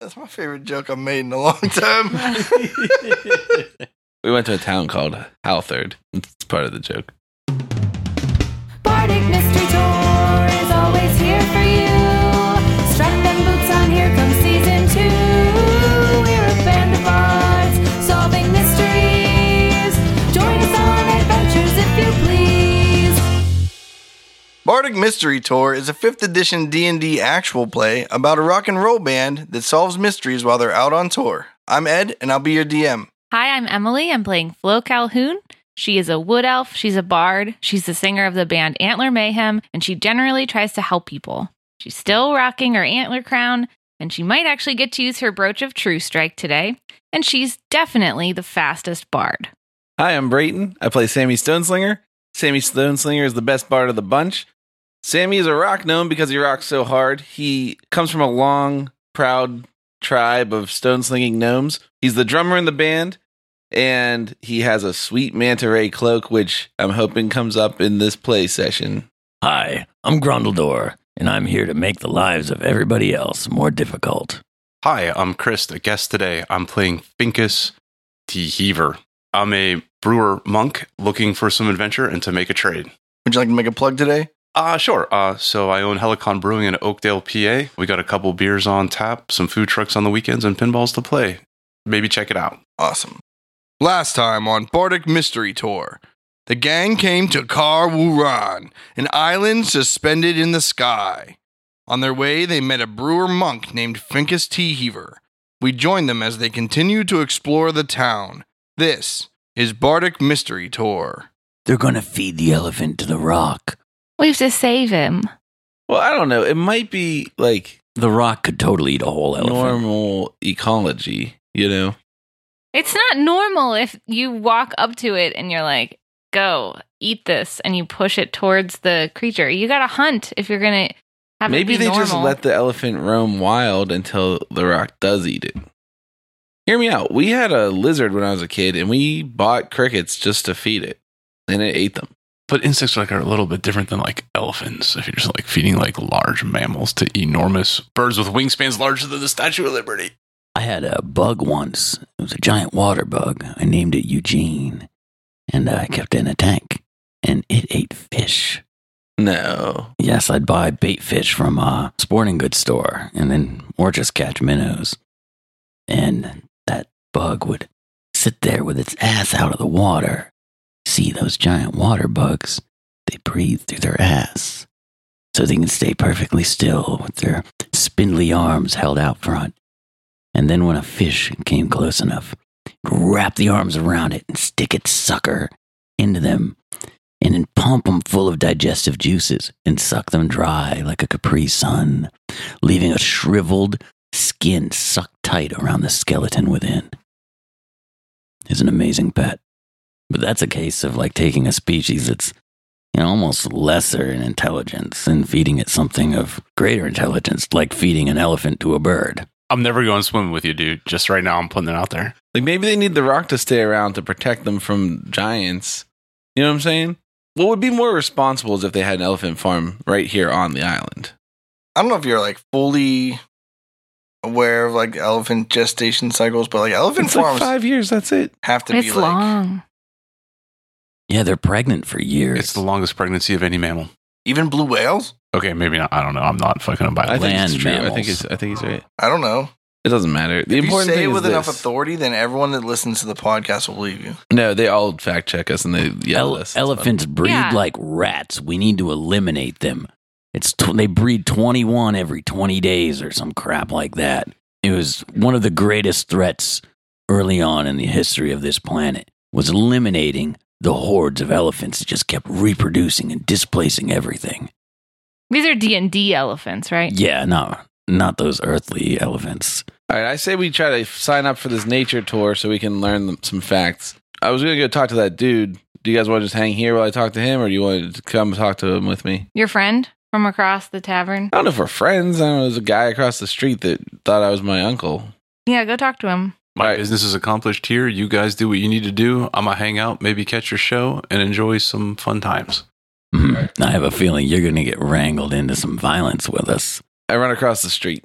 That's my favorite joke I made in a long time. We went to a town called Halthord. It's part of the joke. Bardic Mystery Tour is always here for you. Strap them boots on, here comes season two. We're a band of bards solving mysteries. Join us on adventures if you please. Bardic Mystery Tour is a 5th edition D&D actual play about a rock and roll band that solves mysteries while they're out on tour. I'm Ed, and I'll be your DM. Hi, I'm Emily. I'm playing Flo Calhoun. She is a wood elf, she's a bard, she's the singer of the band Antler Mayhem, and she generally tries to help people. She's still rocking her antler crown, and she might actually get to use her brooch of true strike today. And she's definitely the fastest bard. Hi, I'm Brayton. I play Sammy Stoneslinger. Sammy Stoneslinger is the best bard of the bunch. Sammy is a rock gnome because he rocks so hard. He comes from a long, proud tribe of stoneslinging gnomes. He's the drummer in the band, and he has a sweet manta ray cloak, which I'm hoping comes up in this play session. Hi, I'm Grundledor, and I'm here to make the lives of everybody else more difficult. Hi, I'm Chris, a guest today. I'm playing Finkus T. Heaver. I'm a brewer monk looking for some adventure and to make a trade. Would you like to make a plug today? Uh, sure. Uh, so I own Helicon Brewing in Oakdale, PA. We got a couple beers on tap, some food trucks on the weekends, and pinballs to play. Maybe check it out. Awesome. Last time on Bardic Mystery Tour, the gang came to Kar Wuran, an island suspended in the sky. On their way, they met a brewer monk named Finkus Teeheaver. We joined them as they continued to explore the town. This is Bardic Mystery Tour. They're gonna feed the elephant to the rock. We have to save him. Well, I don't know. It might be like The rock could totally eat a whole elephant. normal ecology, you know? It's not normal if you walk up to it and you're like, go, eat this, and you push it towards the creature. You gotta hunt if you're gonna have Maybe it be they just normal. let the elephant roam wild until the rock does eat it. Hear me out. We had a lizard when I was a kid, and we bought crickets just to feed it, and it ate them. But insects like are a little bit different than like elephants. If you're just like feeding like large mammals to enormous birds with wingspans larger than the Statue of Liberty. I had a bug once. It was a giant water bug. I named it Eugene, and uh, I kept it in a tank, and it ate fish. No. Yes, I'd buy bait fish from a sporting goods store, and then or just catch minnows. And that bug would sit there with its ass out of the water. See those giant water bugs? They breathe through their ass, so they can stay perfectly still with their spindly arms held out front. And then when a fish came close enough, wrap the arms around it and stick its sucker into them and then pump them full of digestive juices and suck them dry like a Capri Sun, leaving a shriveled skin sucked tight around the skeleton within. Is an amazing pet. But that's a case of like taking a species that's you know, almost lesser in intelligence and feeding it something of greater intelligence, like feeding an elephant to a bird. I'm never going swimming with you, dude. Just right now, I'm putting it out there. Like maybe they need the rock to stay around to protect them from giants. You know what I'm saying? What would be more responsible is if they had an elephant farm right here on the island. I don't know if you're like fully aware of like elephant gestation cycles, but like elephant It's like farms five years. That's it. have to It's be like long. Yeah, they're pregnant for years. It's the longest pregnancy of any mammal. even blue whales. Okay, maybe not. I don't know. I'm not fucking about I it. think it's Land true. I think mammals. it's. I think he's right. I don't know. It doesn't matter. The if you important say thing it is with enough this. authority, then everyone that listens to the podcast will believe you. No, they all fact check us and they yell at Ele- us. elephants breed Yeah. like rats. We need to eliminate them. It's tw- they breed 21 every 20 days or some crap like that. It was one of the greatest threats early on in the history of this planet was eliminating the hordes of elephants that just kept reproducing and displacing everything. These are D and D elephants, right? Yeah, no, not those earthly elephants. All right, I say we try to f- sign up for this nature tour so we can learn th- some facts. I was gonna go talk to that dude. Do you guys want to just hang here while I talk to him, or do you want to come talk to him with me? Your friend from across the tavern. I don't know if we're friends. I don't know. There's a guy across the street that thought I was my uncle. Yeah, go talk to him. My Right. business is accomplished here. You guys do what you need to do. I'm going to hang out, maybe catch your show, and enjoy some fun times. Mhm. I have a feeling you're going to get wrangled into some violence with us. I run across the street.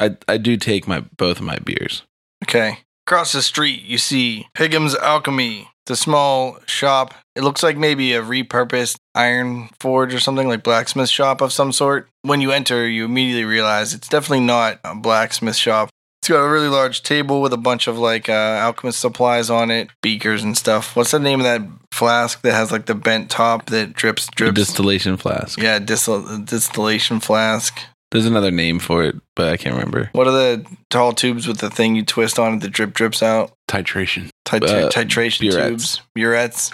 I I do take my both of my beers. Okay. Across the street, you see Pigham's Alchemy. It's a small shop. It looks like maybe a repurposed iron forge or something, like blacksmith shop of some sort. When you enter, you immediately realize it's definitely not a blacksmith shop. It's got a really large table with a bunch of like uh, alchemist supplies on it, beakers and stuff. What's the name of that flask that has like the bent top that drips, A drips? distillation flask. yeah, distil- distillation flask. There's another name for it, but I can't remember. What are the tall tubes with the thing you twist on it that drip drips out? Titration. Tit- Uh, titration burettes. tubes, burettes.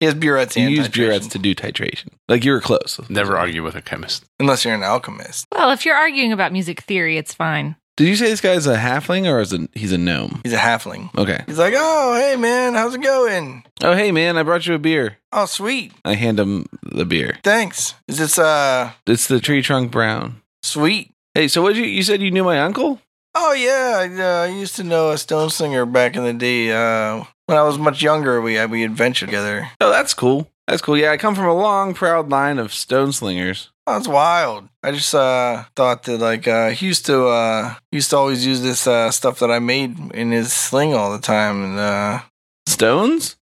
He has burettes You and use titration, burettes to do titration. Like you were close. Never argue with a chemist. unless you're an alchemist. Well, if you're arguing about music theory, it's fine. Did you say this guy's a halfling or is a, he's a gnome? He's a halfling. Okay. He's like, oh hey man, how's it going? Oh hey man, I brought you a beer. Oh sweet, I hand him the beer. thanks. Is this uh It's the tree trunk brown. sweet? Hey, so what you you said you knew my uncle? Oh yeah, I, uh, I used to know a stone singer back in the day. Uh, when I was much younger, we had we had ventured together. Oh, that's cool. That's cool. Yeah, I come from a long, proud line of stone slingers. Oh, that's wild. I just uh, thought that like uh, he used to uh, he used to always use this uh, stuff that I made in his sling all the time, and uh, Stones?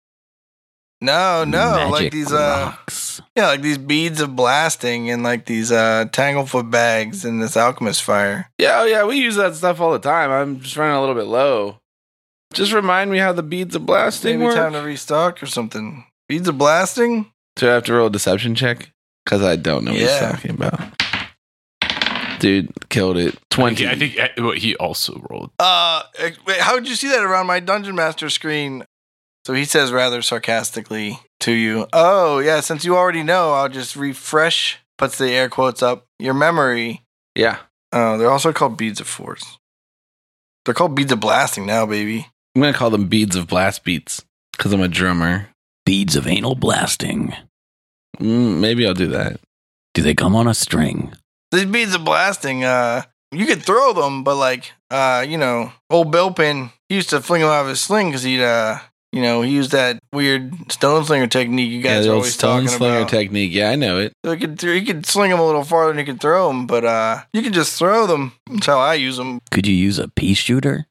no, Oh, no, like Magic these uh, rocks. Yeah, like these beads of blasting and like these uh tanglefoot bags and this alchemist fire. Yeah, oh yeah, we use that stuff all the time. I'm just running a little bit low. Just remind me how the beads of blasting Maybe work. time to restock or something. Beads of blasting? Do I have to roll a deception check? Because I don't know what Yeah. he's talking about. Dude, killed it. 20. I think I think- uh, he also rolled. Uh eh, wait, how would you see that around my dungeon master screen? So he says rather sarcastically to you, "Oh, yeah, since you already know, I'll just refresh." Puts the air quotes up. Your memory. yeah. Oh, they're also called beads of force. They're called beads of blasting now, baby. I'm going to call them beads of blast beats because I'm a drummer. Beads of anal blasting. Mm, maybe I'll do that. Do they come on a string? These beads of blasting, uh, you could throw them, but like, uh, you know, old Belpin he used to fling them out of his sling because he'd, uh, you know, he used that weird stone slinger technique you yeah, guys the are old always stone talking slinger about. technique. Yeah, I know it. so he could, he could sling them a little farther than he could throw them, but uh, you could just throw them. That's how I use them. Could you use a pea shooter?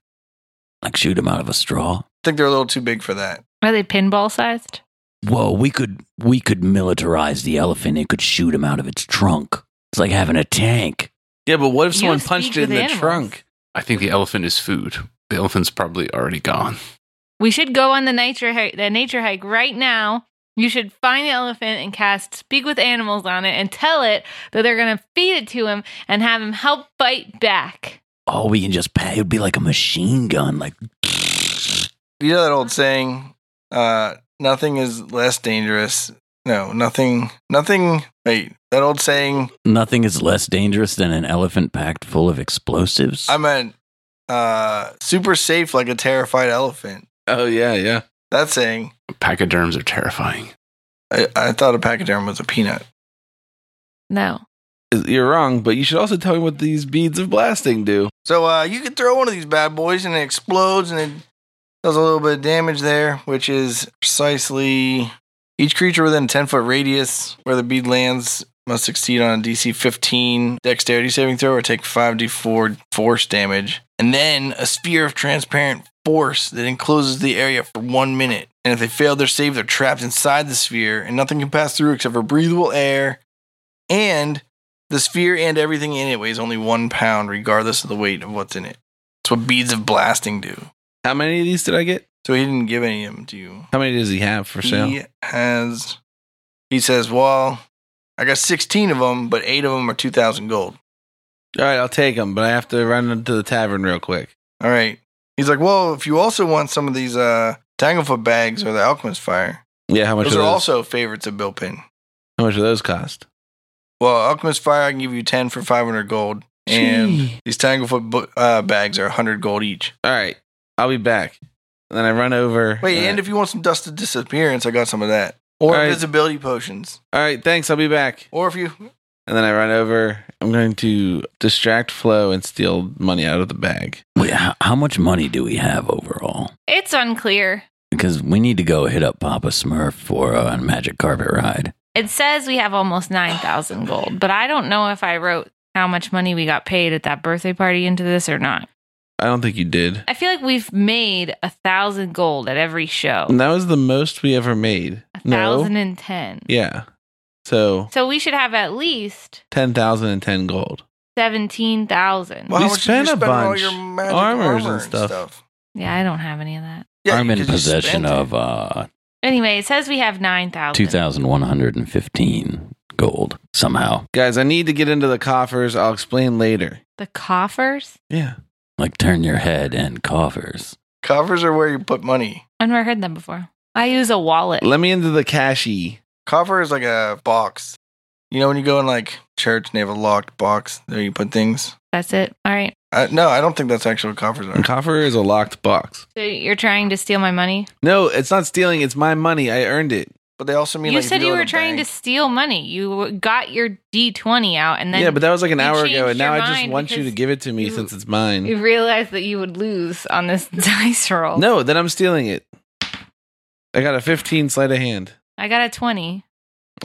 Like shoot them out of a straw? I think they're a little too big for that. Are they pinball sized? Whoa, we could we could militarize the elephant and could shoot him out of its trunk. It's like having a tank. Yeah, but what if You someone speak punched it in with the animals. trunk? I think the elephant is food. The elephant's probably already gone. We should go on the nature hike, the nature hike right now. You should find the elephant and cast speak with animals on it and tell it that they're going to feed it to him and have him help fight back. Oh, we can just pay. It would be like a machine gun. Like You know that old saying, uh, nothing is less dangerous. No, nothing, nothing. Wait, that old saying, nothing is less dangerous than an elephant packed full of explosives. I meant uh, super safe like a terrified elephant. Oh, yeah, yeah. That's saying Pachyderms are terrifying. I, I thought a pachyderm was a peanut. No. You're wrong, but you should also tell me what these beads of blasting do. So uh, you could throw one of these bad boys and it explodes and it does a little bit of damage there, which is precisely each creature within a 10 foot radius where the bead lands must succeed on a DC 15 dexterity saving throw or take 5d4 force damage. And then a sphere of transparent force that encloses the area for one minute. And if they fail their save, they're trapped inside the sphere and nothing can pass through except for breathable air and the sphere and everything in it weighs only one pound, regardless of the weight of what's in it. That's what beads of blasting do. How many of these did I get? So he didn't give any of them to you. How many does he have for sale? He has. He says, "Well, I got sixteen of them, but eight of them are two thousand gold." All right, I'll take them, but I have to run into the tavern real quick. All right. He's like, "Well, if you also want some of these uh, tanglefoot bags or the alchemist fire, Yeah, how much those are are those? also favorites of Bilpin. how much do those cost? Well, alchemist fire, I can give you ten for five hundred gold, and Gee. these tanglefoot bu- uh, bags are hundred gold each." All right, I'll be back. And then I run over. Wait, and if you want some dust of disappearance, I got some of that. Or All right. invisibility potions. all right, thanks. I'll be back. Or if you And then I run over. I'm going to distract Flo and steal money out of the bag. Wait, how, how much money do we have overall? It's unclear. Because we need to go hit up Papa Smurf for a magic carpet ride. It says we have almost 9,000 gold, but I don't know if I wrote how much money we got paid at that birthday party into this or not. I don't think you did. I feel like we've made a thousand gold at every show. And that was the most we ever made. A thousand and ten. Yeah. So So we should have at least ten thousand and ten gold. seventeen thousand. Well- We spent a on bunch. magic Armors and stuff. Yeah, I don't have any of that. I'm in 'cause you possession spent it. of uh, Anyway, it says we have nine thousand. 2,115 gold somehow, Guys, I need to get into the coffers. I'll explain later. The coffers. Yeah. like turn your head and coffers. Coffers are where you put money. I've never heard them before. I use a wallet. Let me into the cashy. Coffer is like a box. You know when you go in like church and they have a locked box there you put things. That's it. All right. I, no, I don't think that's actually what coffers A are. coffer is a locked box. So you're trying to steal my money? No, it's not stealing. It's my money. I earned it. But they also mean you like, if said go you to were the trying bank- to steal money. You got your D20 out and then yeah, but that was like an you hour ago, changed and now your I just mind want you to because give it to me you- since it's mine. you realized that you would lose on this dice roll. No, then I'm stealing it. I got a 15 sleight of hand. I got a 20.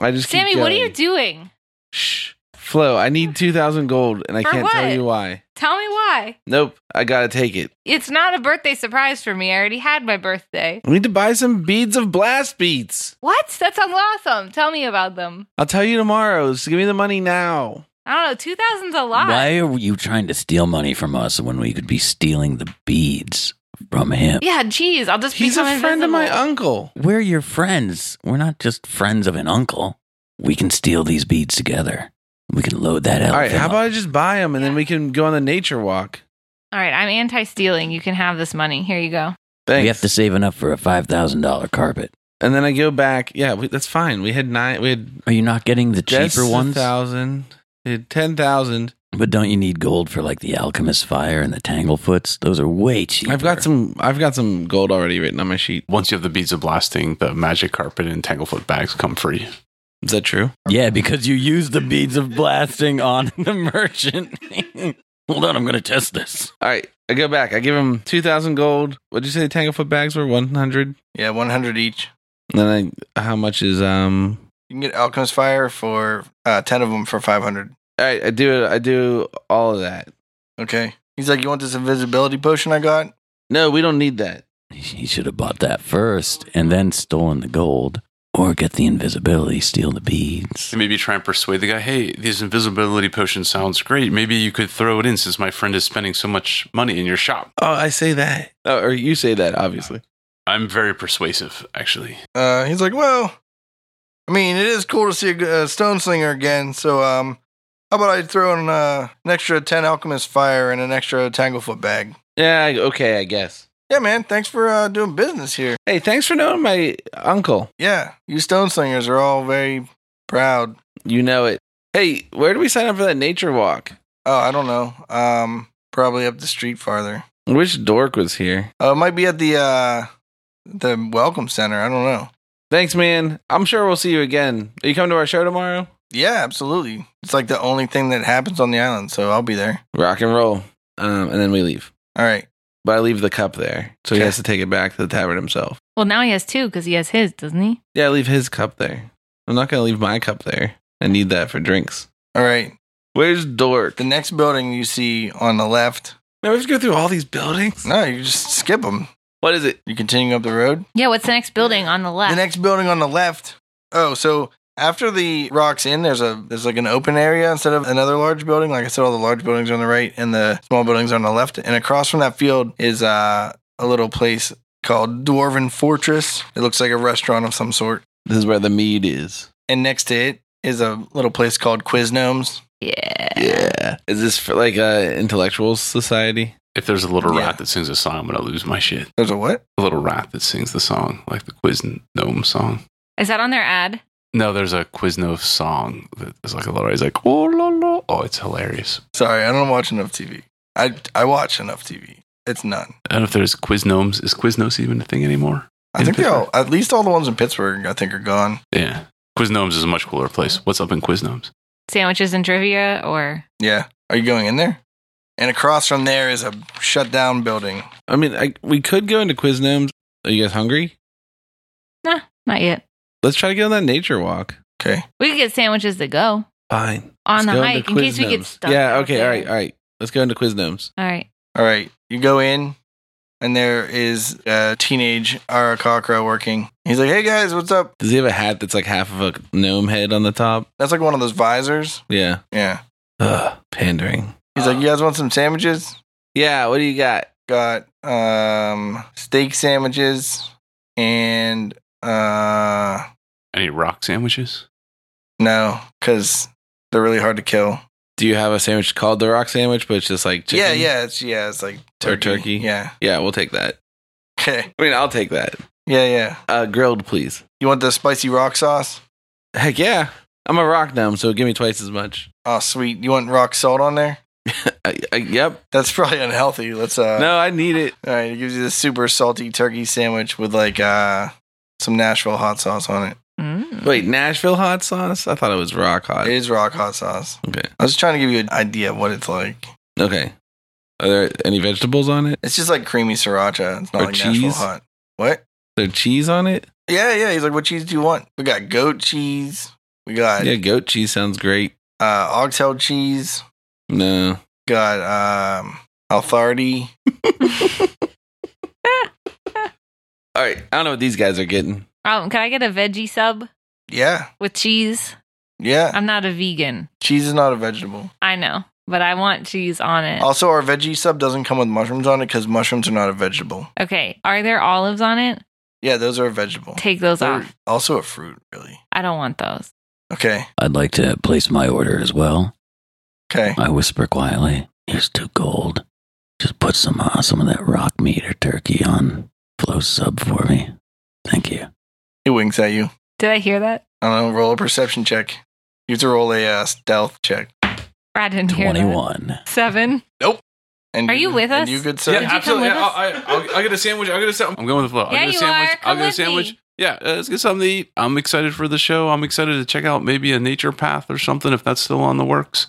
I just keep Sammy, what are going. you doing? Shh, Flo. I need 2,000 gold, and I For can't tell what? you why. Tell me why. Nope, I gotta take it. It's not a birthday surprise for me. I already had my birthday. We need to buy some beads of blast beads. What? That sounds awesome. Tell me about them. I'll tell you tomorrow. So give me the money now. I don't know. 2000's a lot. Why are you trying to steal money from us when we could be stealing the beads from him? Yeah, geez. I'll just He's a become friend of my invisible. uncle. We're your friends. We're not just friends of an uncle. We can steal these beads together. We can load that All elephant. right, how up. about I just buy them and then we can go on the nature walk? All right, I'm anti stealing. You can have this money. Here you go. Thanks. We have to save enough for a five thousand dollar carpet. and then I go back. Yeah, we, that's fine. We had nine. We had Are you not getting the Jess cheaper a ones? thousand. We had ten thousand. But don't you need gold for like the alchemist fire and the tanglefoots? Those are way cheaper. I've got some. I've got some gold already written on my sheet. Once you have the beads of blasting, the magic carpet and tanglefoot bags come free. Is that true? Yeah, because you used the beads of blasting on the merchant. Hold on, I'm gonna test this. All right, I go back. I give him two thousand gold. What'd you say? Tanglefoot bags were one hundred. Yeah, one hundred each. And then I, how much is um? You can get Alchemist Fire for uh, ten of them for five hundred. All right, I do it. I do all of that. Okay. He's like, you want this invisibility potion I got? No, we don't need that. He should have bought that first and then stolen the gold, or get the invisibility, steal the beads. To maybe try and persuade the guy, hey, this invisibility potion sounds great. Maybe you could throw it in since my friend is spending so much money in your shop. Oh, I say that. Oh, or you say that, obviously. I'm very persuasive, actually. Uh, he's like, well, I mean, it is cool to see a g- a stone slinger again. So, um, how about I throw in uh, an extra ten Alchemist Fire and an extra Tanglefoot bag? Yeah. I, okay, I guess. Yeah, man. Thanks for uh, doing business here. Hey, thanks for knowing my uncle. Yeah, you stone slingers are all very proud. You know it. Hey, where do we sign up for that nature walk? Oh, I don't know. Um, probably up the street farther. I wish Dork was here. Oh, it might be at the uh, the welcome center. I don't know. Thanks, man. I'm sure we'll see you again. Are you coming to our show tomorrow? Yeah, absolutely. It's like the only thing that happens on the island, so I'll be there. Rock and roll. Um, and then we leave. All right. But I leave the cup there. So he Okay. has to take it back to the tavern himself. Well, now he has two because he has his, doesn't he? Yeah, I leave his cup there. I'm not going to leave my cup there. I need that for drinks. All right. Where's Dork? The next building you see on the left. Now we have to go through all these buildings. No, you just skip them. What is it? You continue up the road. Yeah, what's the next building on the left? The next building on the left. Oh, so after the rocks in, there's a there's like an open area instead of another large building. Like I said, all the large buildings are on the right and the small buildings are on the left. And across from that field is uh, a little place called Dwarven Fortress. It looks like a restaurant of some sort. This is where the mead is. And next to it is a little place called Quiz Gnomes. yeah. Yeah. Is this for like a intellectual society? If there's a little Yeah. rat that sings a song, I'm going to lose my shit. There's a what? A little rat that sings the song, like the Quiz Gnome song. Is that on their ad? No, there's a Quiznos song that is like a little. He's like, oh la la, oh, it's hilarious. Sorry, I don't watch enough TV. I I watch enough TV. It's none. I don't know if there's Quiznomes. Is Quiznos even a thing anymore? I In think they all, Pittsburgh? at least all the ones in Pittsburgh, I think are gone. Yeah, Quiznomes is a much cooler place. What's up in Quiznomes? Sandwiches and trivia or Yeah. Are you going in there? And across from there is a shut down building. I mean, I, we could go into Quiznomes. Are you guys hungry? not yet. Let's try to get on that nature walk. Okay. We could get sandwiches to go. Fine. on Let's the go hike into in case we get Quiznos. stuck. Yeah, out okay, there. all right, all right. Let's go into Quiz Gnomes. All right. All right, you go in, and there is a teenage Arakakra working. He's like, "Hey guys, what's up?" Does he have a hat that's like half of a gnome head on the top? That's like one of those visors. Yeah. Yeah. Ugh, pandering. He's like, "You guys want some sandwiches? Yeah, what do you got? Got um steak sandwiches and uh Any rock sandwiches? no, because they're really hard to kill. Do you have a sandwich called the rock sandwich, but it's just like chicken? Yeah, yeah, it's yeah, it's like Or turkey? Yeah. Yeah, we'll take that. Okay. I mean, I'll take that. Yeah, yeah. Uh, grilled, please. You want the spicy rock sauce? Heck yeah. I'm a rock gnome, so give me twice as much. Oh, sweet. You want rock salt on there? I, I, yep. That's probably unhealthy. Let's uh no, I need it. All right, it gives you this super salty turkey sandwich with like uh some Nashville hot sauce on it. Mm. Wait, Nashville hot sauce? I thought it was rock hot. It is rock hot sauce. Okay. I was just trying to give you an idea of what it's like. Okay. Are there any vegetables on it? It's just like creamy sriracha. It's not Or like Nashville cheese? hot. What? Is there cheese on it? Yeah, yeah. He's like, what cheese do you want? We got goat cheese. We got Yeah, goat cheese sounds great. uh, oxtail cheese. No. Got um, Althardy. All right. I don't know what these guys are getting. Oh, Um, can I get a veggie sub Yeah, with cheese? yeah. I'm not a vegan. cheese is not a vegetable. I know, but I want cheese on it. Also, our veggie sub doesn't come with mushrooms on it because mushrooms are not a vegetable. Okay. Are there olives on it? Yeah, those are a vegetable. Take those They're off. Also, a fruit, really. I don't want those. Okay, I'd like to place my order as well. okay. I whisper quietly. Here's two gold. Just put some uh, some of that rock meat or turkey on flow sub for me. Thank you. He winks at you. Did I hear that? I don't know. Roll a perception check. You have to roll a uh, stealth check. I didn't hear that. Twenty one. Seven. And Are you with and us? You good, Would sir? you come with us? I, I, I'll, I'll get a sandwich. I'll get a sandwich. I'm going with the flow. Yeah, I'll get you a sandwich. are. I'll Come get a with sandwich. me. Yeah, uh, let's get something to eat. I'm excited for the show. I'm excited to check out maybe a nature path or something if that's still on the works.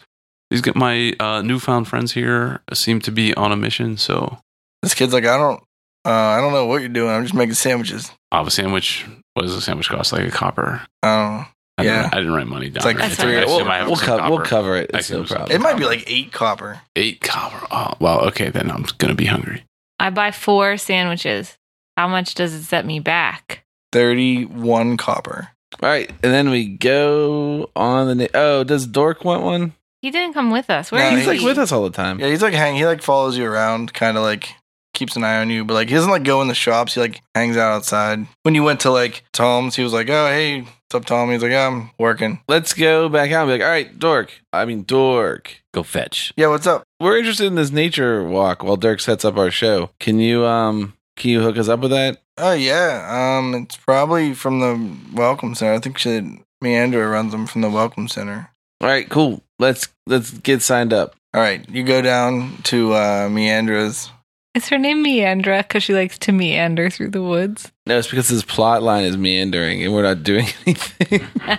These get my uh, newfound friends here seem to be on a mission, so This kid's like, I don't, uh, I don't know what you're doing. I'm just making sandwiches. I'll have a sandwich. What does a sandwich cost? Like a copper. I I Yeah. Didn't, I didn't write money down. It's like or anything. three- I We'll, assume I have we'll some co- we'll copper. cover it. I It's no assume so. don't know. It might problem. be like eight copper. Eight copper. Oh, well, okay, then I'm going to be hungry. I buy four sandwiches. How much does it set me back? Thirty-one copper. All right. And then we go on the. Na- oh, does Dork want one? He didn't come with us. Where No, is He's like he? with us all the time. Yeah, he's like hang. He like follows you around, kind of like keeps an eye on you, but like he doesn't like go in the shops. He like hangs out outside. When you went to like Tom's, he was like, "Oh, hey, what's up, Tom?" He's like, "Yeah, "I'm working." Let's go back out and be like, all right, Dork. I mean, Dork. Go fetch. Yeah, what's up? We're interested in this nature walk while Dirk sets up our show. Can you, um, can you hook us up with that? Oh yeah, um, it's probably from the Welcome Center. I think she, Meandra runs them from the Welcome Center. All right, cool. Let's let's get signed up. All right, you go down to uh, Meandra's. Is her name Meandra because she likes to meander through the woods? No, it's because this plot line is meandering and we're not doing anything. All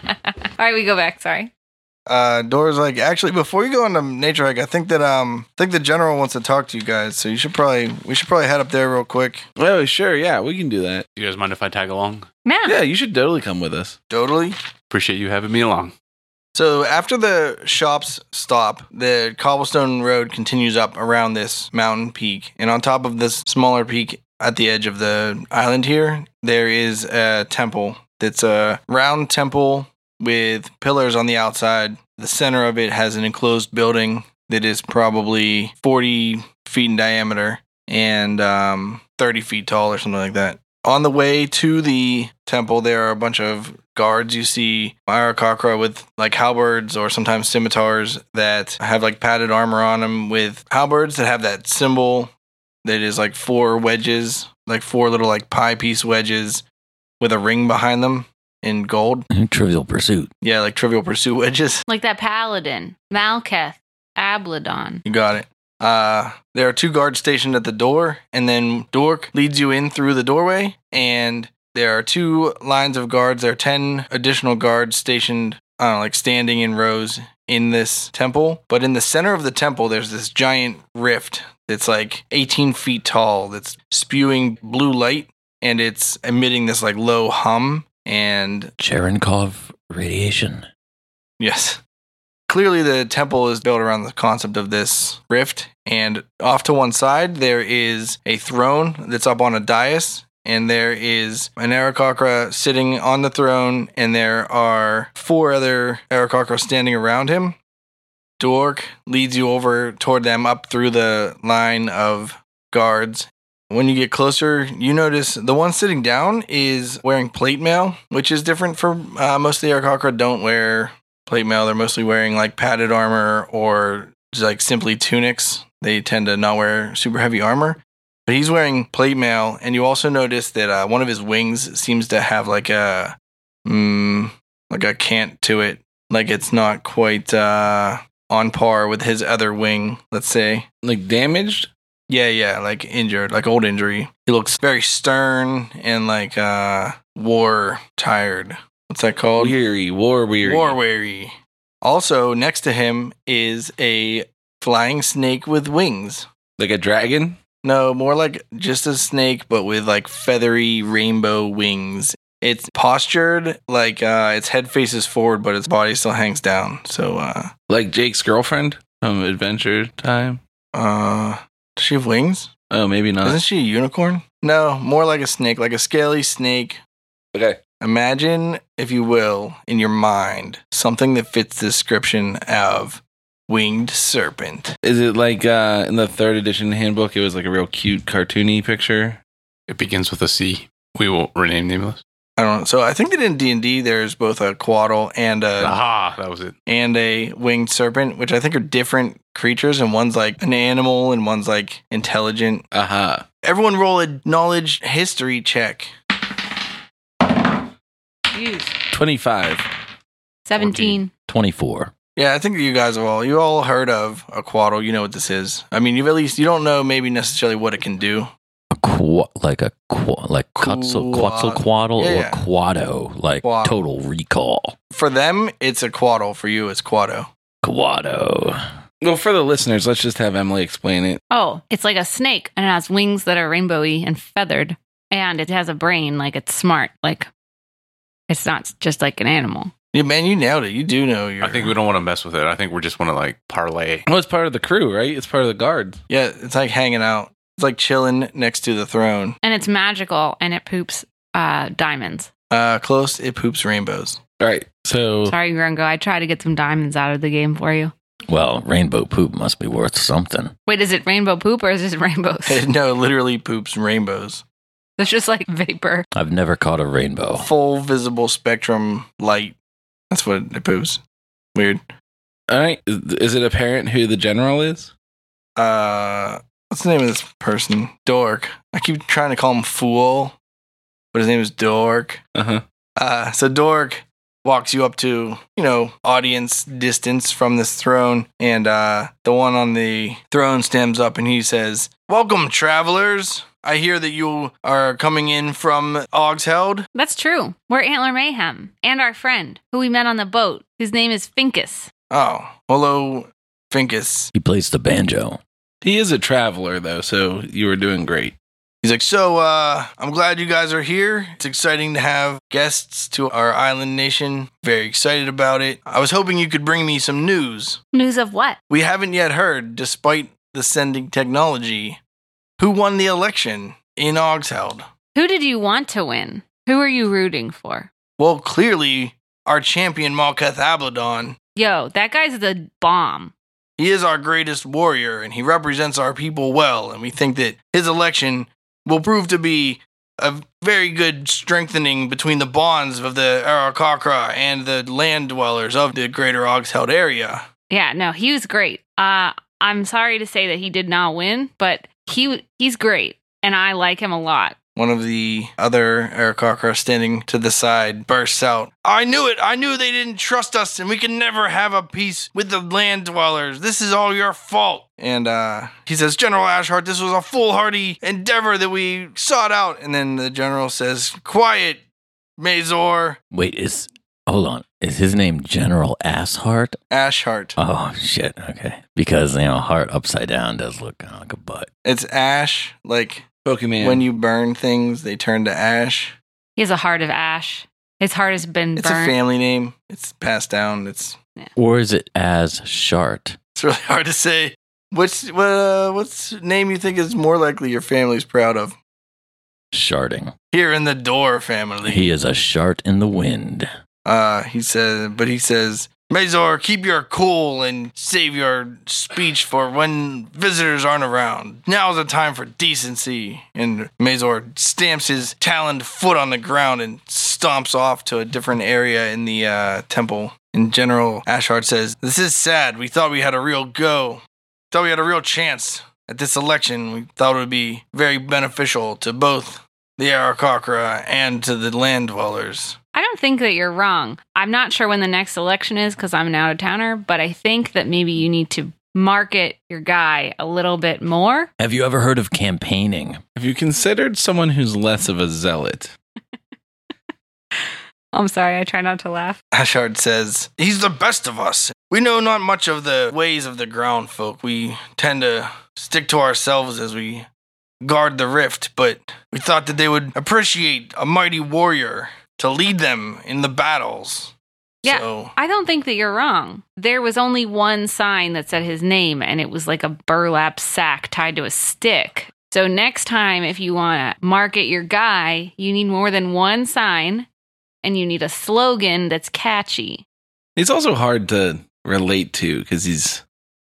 right, we go back. Sorry. Uh, Dora's like, actually, before you go on the nature hike, I think that um, I think the general wants to talk to you guys, so you should probably we should probably head up there real quick. oh, sure, yeah, we can do that. Do you guys mind if I tag along? No. Yeah, you should totally come with us. Totally. Appreciate you having me along. So after the shops stop, the cobblestone road continues up around this mountain peak, and on top of this smaller peak at the edge of the island here, there is a temple. That's a round temple with pillars on the outside. The center of it has an enclosed building that is probably 40 feet in diameter and um, 30 feet tall or something like that. On the way to the temple, there are a bunch of guards you see, Myrakakra with like halberds or sometimes scimitars that have like padded armor on them with halberds that have that symbol that is like four wedges, like four little like pie piece wedges with a ring behind them in gold. Trivial pursuit. Yeah, like Trivial Pursuit wedges. Like that paladin, Malketh, Abladon. You got it. Uh, there are two guards stationed at the door, and then Dork leads you in through the doorway, and there are two lines of guards. There are 10 additional guards stationed, I don't know, like standing in rows in this temple. But in the center of the temple, there's this giant rift that's like 18 feet tall that's spewing blue light, and it's emitting this like low hum. And Cherenkov radiation. Yes. Clearly, the temple is built around the concept of this rift. And off to one side, there is a throne that's up on a dais. And there is an Arakakra sitting on the throne. And there are four other Arakakra standing around him. Dork leads you over toward them up through the line of guards. When you get closer, you notice the one sitting down is wearing plate mail, which is different for uh, most of the Arakakra don't wear plate mail. They're mostly wearing like padded armor or just, like simply tunics. They tend to not wear super heavy armor. But he's wearing plate mail, and you also notice that uh, one of his wings seems to have like a mm, like a cant to it, like it's not quite uh, on par with his other wing. Let's say, Like damaged? yeah, yeah, like injured, like old injury. He looks very stern and like uh, war tired. What's that called? Weary, war weary. War weary. Also, next to him is a flying snake with wings. Like a dragon? No, more like just a snake, but with like feathery rainbow wings. It's postured like uh, its head faces forward, but its body still hangs down. So, uh, Like Jake's girlfriend from Adventure Time? uh, does she have wings? Oh, maybe not. Isn't she a unicorn? No, more like a snake, like a scaly snake. Okay. Imagine, if you will, in your mind, something that fits the description of winged serpent. Is it like uh in the third edition handbook? It was like a real cute cartoony picture. It begins with a C. We will rename nameless. I don't know. So I think that in D and D there's both a quaddle and a Aha, that was it. and a winged serpent, which I think are different creatures, and one's like an animal and one's like intelligent. Aha. Everyone roll a knowledge history check. Jeez. 25. 17. 24. Yeah, I think you guys have all you all heard of a quaddle. You know what this is. I mean, you've at least you don't know maybe necessarily what it can do. A qua- like a qua- like quetzal, Quad- quetzalcoatl Yeah, or yeah. quado, like Quad. total recall. For them, it's a quaddle. For you, it's quaddo. Quado. Well, for the listeners, let's just have Emily explain it. Oh, it's like a snake and it has wings that are rainbowy and feathered. And it has a brain, like it's smart. Like it's not just like an animal. Yeah, man, you nailed it. You do know your. I think we don't want to mess with it. I think we just want to like parlay. Well, it's part of the crew, right? It's part of the guard. Yeah, it's like hanging out. It's like chilling next to the throne. And it's magical and it poops uh, diamonds. Uh, close. It poops rainbows. All right. So, Sorry, Grungo. I tried to get some diamonds out of the game for you. Well, rainbow poop must be worth something. Wait, is it rainbow poop or is it rainbows? no, it literally poops rainbows. It's just like vapor. I've never caught a rainbow. full visible spectrum light. That's what it poops. Weird. all right. Is, is it apparent who the general is? Uh, what's the name of this person? Dork. I keep trying to call him Fool, but his name is Dork. Uh huh. Uh, so Dork walks you up to, you know, audience distance from this throne, and uh, the one on the throne stands up and he says, "Welcome, travelers." I hear that you are coming in from Oxheld. That's true. We're Antler Mayhem and our friend who we met on the boat, whose name is Finkus. Oh, hello, Finkus. He plays the banjo. He is a traveler, though, so you were doing great. He's like, so uh, I'm glad you guys are here. It's exciting to have guests to our island nation. Very excited about it. I was hoping you could bring me some news. News of what? We haven't yet heard, despite the sending technology, who won the election in Oxheld. Who did you want to win? Who are you rooting for? Well, clearly, our champion Malketh Ablodon. Yo, that guy's the bomb. He is our greatest warrior, and he represents our people well. And we think that his election will prove to be a very good strengthening between the bonds of the Arakakra and the land dwellers of the greater Oxheld area. Yeah, no, he was great. Uh, I'm sorry to say that he did not win, but he he's great, and I like him a lot. One of the other Arakakra standing to the side bursts out, I knew it! I knew they didn't trust us, and we can never have a peace with the land dwellers. This is all your fault. And uh, he says, General Ashhart, this was a foolhardy endeavor that we sought out. And then the general says, Quiet, Mazor Wait, is hold on? Is his name General Asshart? Ashhart. Oh shit. Okay, because you know, heart upside down does look kind of like a butt. It's ash. Like Pokemon. when you burn things, they turn to ash. He has a heart of ash. His heart has been It's a burned. family name. It's passed down. It's Or is it as Shart? It's really hard to say. What's what? Uh, what's name you think is more likely your family's proud of? Sharding. Here in the door family. He is a shart in the wind. Uh, he says, but he says, Mazor, keep your cool and save your speech for when visitors aren't around. Now's the time for decency. And Mazor stamps his taloned foot on the ground and stomps off to a different area in the uh, temple. In General Ashard says, This is sad. We thought we had a real go. Thought we had a real chance at this election. We thought it would be very beneficial to both the Arakakra and to the land dwellers. I don't think that you're wrong. I'm not sure when the next election is because I'm an out of towner, but I think that maybe you need to market your guy a little bit more. Have you ever heard of campaigning? Have you considered someone who's less of a zealot? I'm sorry, I try not to laugh. Ashard says, He's the best of us. We know not much of the ways of the ground folk. We tend to stick to ourselves as we guard the rift, but we thought that they would appreciate a mighty warrior to lead them in the battles. Yeah. So, I don't think that you're wrong. There was only one sign that said his name, and it was like a burlap sack tied to a stick. So, next time, if you want to market your guy, you need more than one sign and you need a slogan that's catchy. He's also hard to relate to because he's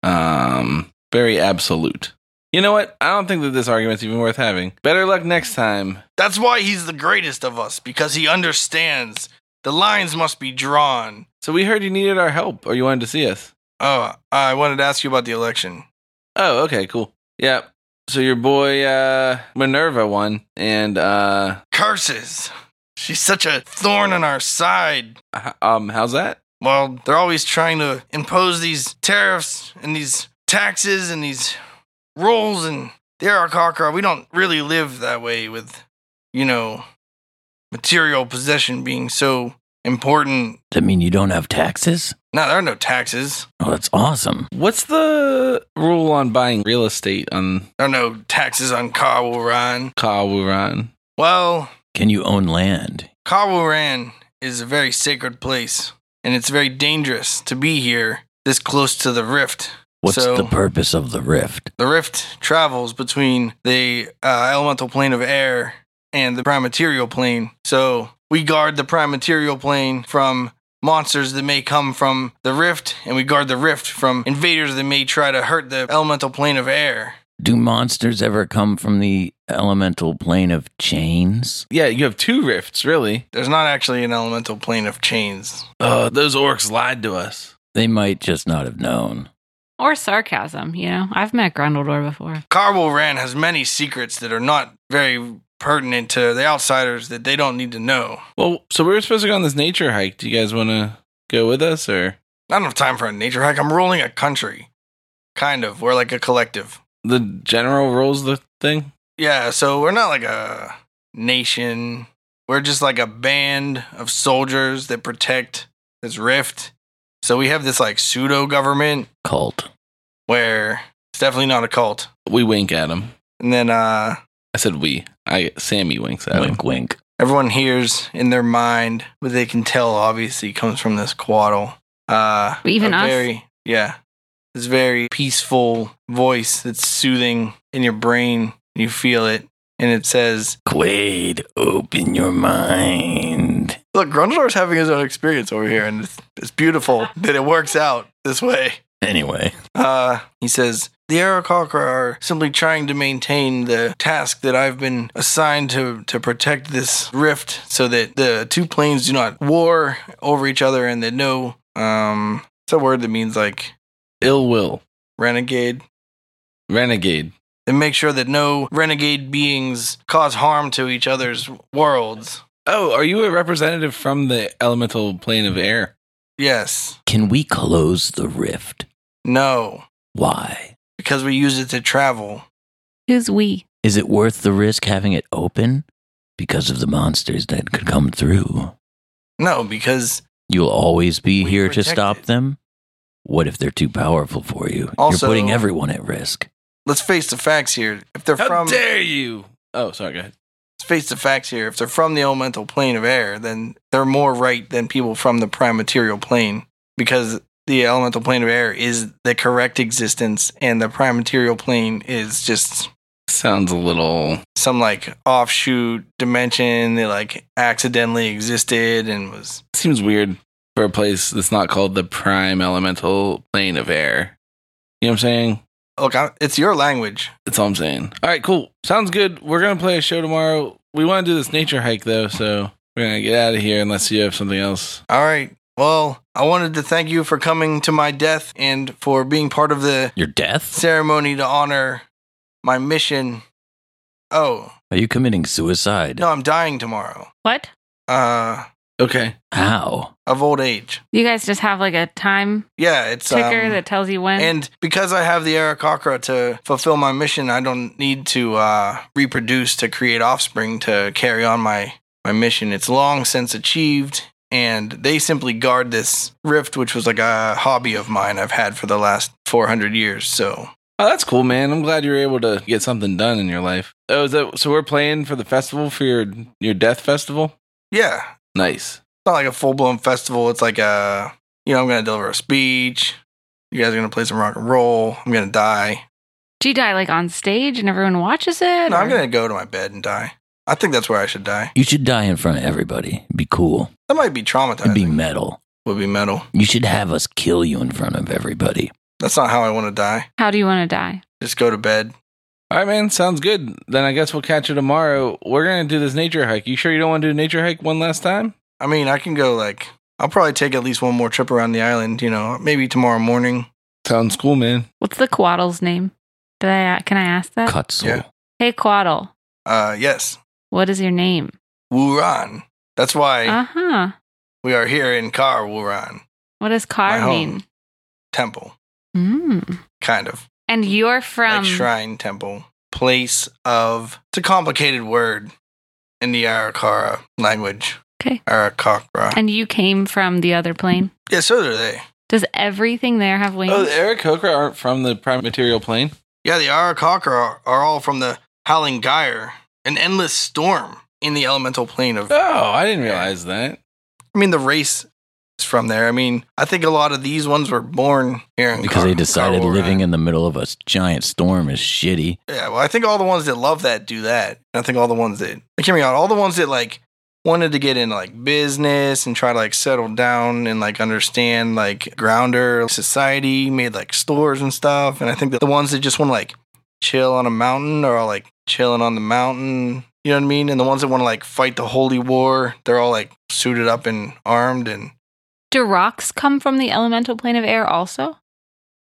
um, very absolute. You know what? I don't think that this argument's even worth having. Better luck next time. that's why he's the greatest of us, because he understands the lines must be drawn. So we heard you needed our help or you wanted to see us. Oh, I wanted to ask you about the election. Oh, okay, cool. Yeah. So your boy uh, Minerva won, and uh, Curses! She's such a thorn in our side. h- um, how's that? Well, they're always trying to impose these tariffs and these taxes and these rules, and they're our cocker. We don't really live that way with, you know, material possession being so important. Does that mean you don't have taxes? No, there are no taxes. Oh, that's awesome. What's the rule on buying real estate on There are no taxes on Kawuran. Kawuran? Well, Can you own land? Kawuran is a very sacred place, and it's very dangerous to be here this close to the rift. What's So- the purpose of the rift? The rift travels between the uh, elemental plane of air and the prime material plane. So we guard the prime material plane from monsters that may come from the rift, and we guard the rift from invaders that may try to hurt the elemental plane of air. Do monsters ever come from the elemental plane of chains? Yeah, you have two rifts, really. There's not actually an elemental plane of chains. Oh, those orcs lied to us. They might just not have known. Or sarcasm, you know? I've met Grundledor before. Carwell Ran has many secrets that are not very pertinent to the outsiders that they don't need to know. Well, so we were supposed to go on this nature hike. Do you guys want to go with us, or I don't have time for a nature hike. I'm ruling a country. Kind of. We're like a collective. the general rules the thing? Yeah, so we're not like a nation. We're just like a band of soldiers that protect this rift. So we have this like pseudo government Cult. where it's definitely not a cult. We wink at him. And then uh I said we. I Sammy winks at him. Wink, wink. everyone hears in their mind what they can tell obviously comes from this quaddle. Uh Even a us? very yeah. This very peaceful voice that's soothing in your brain. You feel it. And it says, Quaid, open your mind. Look, Grundler's having his own experience over here, and it's, it's beautiful that it works out this way. Anyway, Uh, he says, The Arakakra are simply trying to maintain the task that I've been assigned to, to protect this rift so that the two planes do not war over each other and that no, um, it's a word that means like Ill will, renegade. renegade. And make sure that no renegade beings cause harm to each other's worlds. Oh, are you a representative from the elemental plane of air? Yes. can we close the rift? No. Why? Because we use it to travel. Who's we? Is it worth the risk having it open because of the monsters that could come through? No, because You'll always be We here to protect stop it. them? What if they're too powerful for you? Also- You're putting everyone at risk. let's face the facts here. If they're How from dare you? Oh, sorry, go ahead. let's face the facts here. If they're from the elemental plane of air, then they're more right than people from the prime material plane because the elemental plane of air is the correct existence and the prime material plane is just Sounds a little. some like offshoot dimension that like accidentally existed and was Seems weird for a place that's not called the prime elemental plane of air. You know what I'm saying? look I, it's your language That's all I'm saying. All right, cool. Sounds good. We're gonna play a show tomorrow. We want to do this nature hike though, so we're gonna get out of here unless you have something else. all right well i wanted to thank you for coming to my death and for being part of the Your death? ceremony to honor my mission oh Are you committing suicide? no i'm dying tomorrow What? uh Okay. How? of old age You guys just have like a time yeah it's ticker um, that tells you when. And because I have the Arakakra to fulfill my mission, I don't need to uh, reproduce to create offspring to carry on my, my mission. It's long since achieved, and they simply guard this rift, which was like a hobby of mine I've had for the last 400 years. So, Oh, that's cool, man. I'm glad you were able to get something done in your life. Oh, is that, so we're playing for the festival for your your death festival? yeah, it's Nice. not like a full blown festival. It's like a, you know, I'm going to deliver a speech. You guys are going to play some rock and roll. I'm going to die. Do you die like on stage and everyone watches it? No, I'm or- going to go to my bed and die. I think that's where I should die. You should die in front of everybody. It'd be cool. That might be traumatizing. It'd be metal. would be metal. You should have us kill you in front of everybody. That's not how I want to die. How do you want to die? just go to bed. All right, man. Sounds good. Then I guess we'll catch you tomorrow. We're gonna do this nature hike. You sure you don't want to do nature hike one last time? I mean, I can go like I'll probably take at least one more trip around the island. You know, maybe tomorrow morning. Sounds cool, man. What's the quaddle's name? Did I can I ask that? Kutzel. Yeah. hey quaddle, Uh, yes, what is your name? Wuran. That's why Uh huh. we are here in Kar Wuran What does car My home. mean? Temple, Mm. kind of And you're from like shrine temple, place of. It's a complicated word in the Arakara language. Okay. Arakakra. and you came from the other plane. yeah, so do they. Does everything there have wings? Oh, the Eric Coker aren't from the prime material plane. Yeah, the Arakakra are, are all from the Howling Gyre, an endless storm in the elemental plane of Oh, I didn't realize that. I mean, the race is from there. I mean, I think a lot of these ones were born here in Because Car- they decided Carora. living in the middle of a s- giant storm is shitty. Yeah, well, I think all the ones that love that do that. I think all the ones that like, hear me out. All the ones that like wanted to get into like business and try to like settle down and like understand like grounder society made like stores and stuff. And I think that the ones that just want to like chill on a mountain are all like chilling on the mountain. You know what I mean? And the ones that want to like fight the holy war, they're all like suited up and armed and do rocks come from the elemental plane of air also?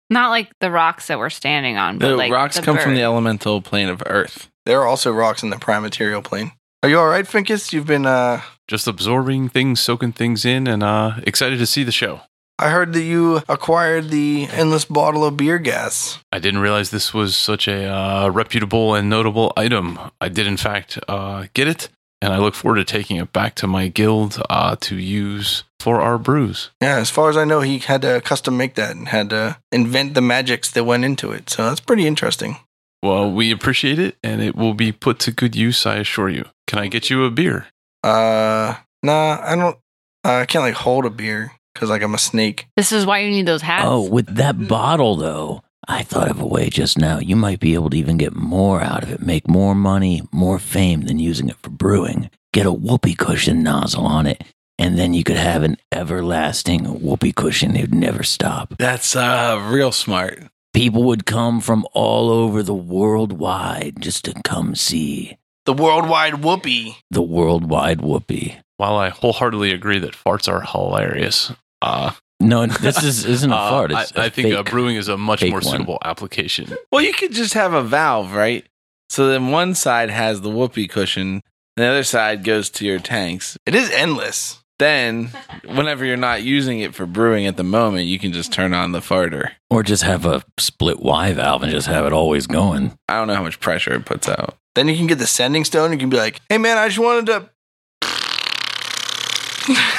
Not like the rocks that we're standing on, but The like rocks come from bird. the elemental plane of Earth. There are also rocks in the prime material plane. Are you all right, Finkus? You've been, uh, Just absorbing things, soaking things in, and uh, excited to see the show. I heard that you acquired the endless bottle of beer gas. I didn't realize this was such a uh, reputable and notable item. I did, in fact, uh, get it, and I look forward to taking it back to my guild uh, to use for our brews. Yeah, as far as I know, he had to custom make that and had to invent the magics that went into it. So that's pretty interesting. Well, we appreciate it, and it will be put to good use, I assure you. Can I get you a beer? Uh, nah, I don't, uh, I can't like hold a beer because like I'm a snake. This is why you need those hats. Oh, with Mm-hmm. that bottle though, I thought of a way just now. You might be able to even get more out of it, make more money, more fame than using it for brewing. Get a whoopee cushion nozzle on it, and then you could have an everlasting whoopee cushion. It would never stop. That's uh real smart. People would come from all over the world wide just to come see The worldwide whoopee. the worldwide whoopee. While I wholeheartedly agree that farts are hilarious, uh, No, this is isn't a uh, fart. I, It's a I think uh, fake- brewing is a much fake more one. suitable application. Well, you could just have a valve, right? So then one side has the whoopee cushion, and the other side goes to your tanks. It is endless. Then, whenever you're not using it for brewing at the moment, you can just turn on the farter. or just have a split Y valve and just have it always going. I don't know how much pressure it puts out. Then you can get the sending stone. You can be like, hey man, I just wanted to.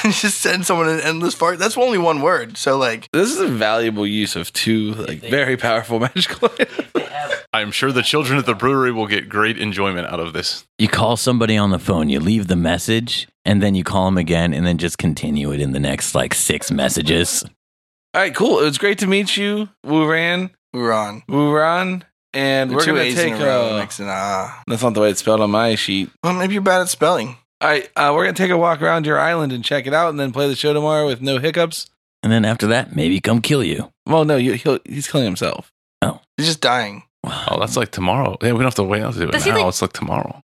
just send someone an endless fart. That's only one word. So like, This is a valuable use of two like very powerful magical. I'm sure the children at the brewery will get great enjoyment out of this. You call somebody on the phone, you leave the message, and then you call them again, and then just continue it in the next like six messages. All right, cool. It was great to meet you, Wuran. We're on. Wuran. And There are we're two going A's to take in a row a. next to ah. That's not the way it's spelled on my sheet. Well, maybe you're bad at spelling. All right, uh, we're going to take a walk around your island and check it out and then play the show tomorrow with no hiccups. And then after that, maybe come kill you. Well, no, you, he'll, he's killing himself. You're just dying. Oh, that's like tomorrow. Yeah, we don't have to wait out to do it Does he, now. like- it's like tomorrow.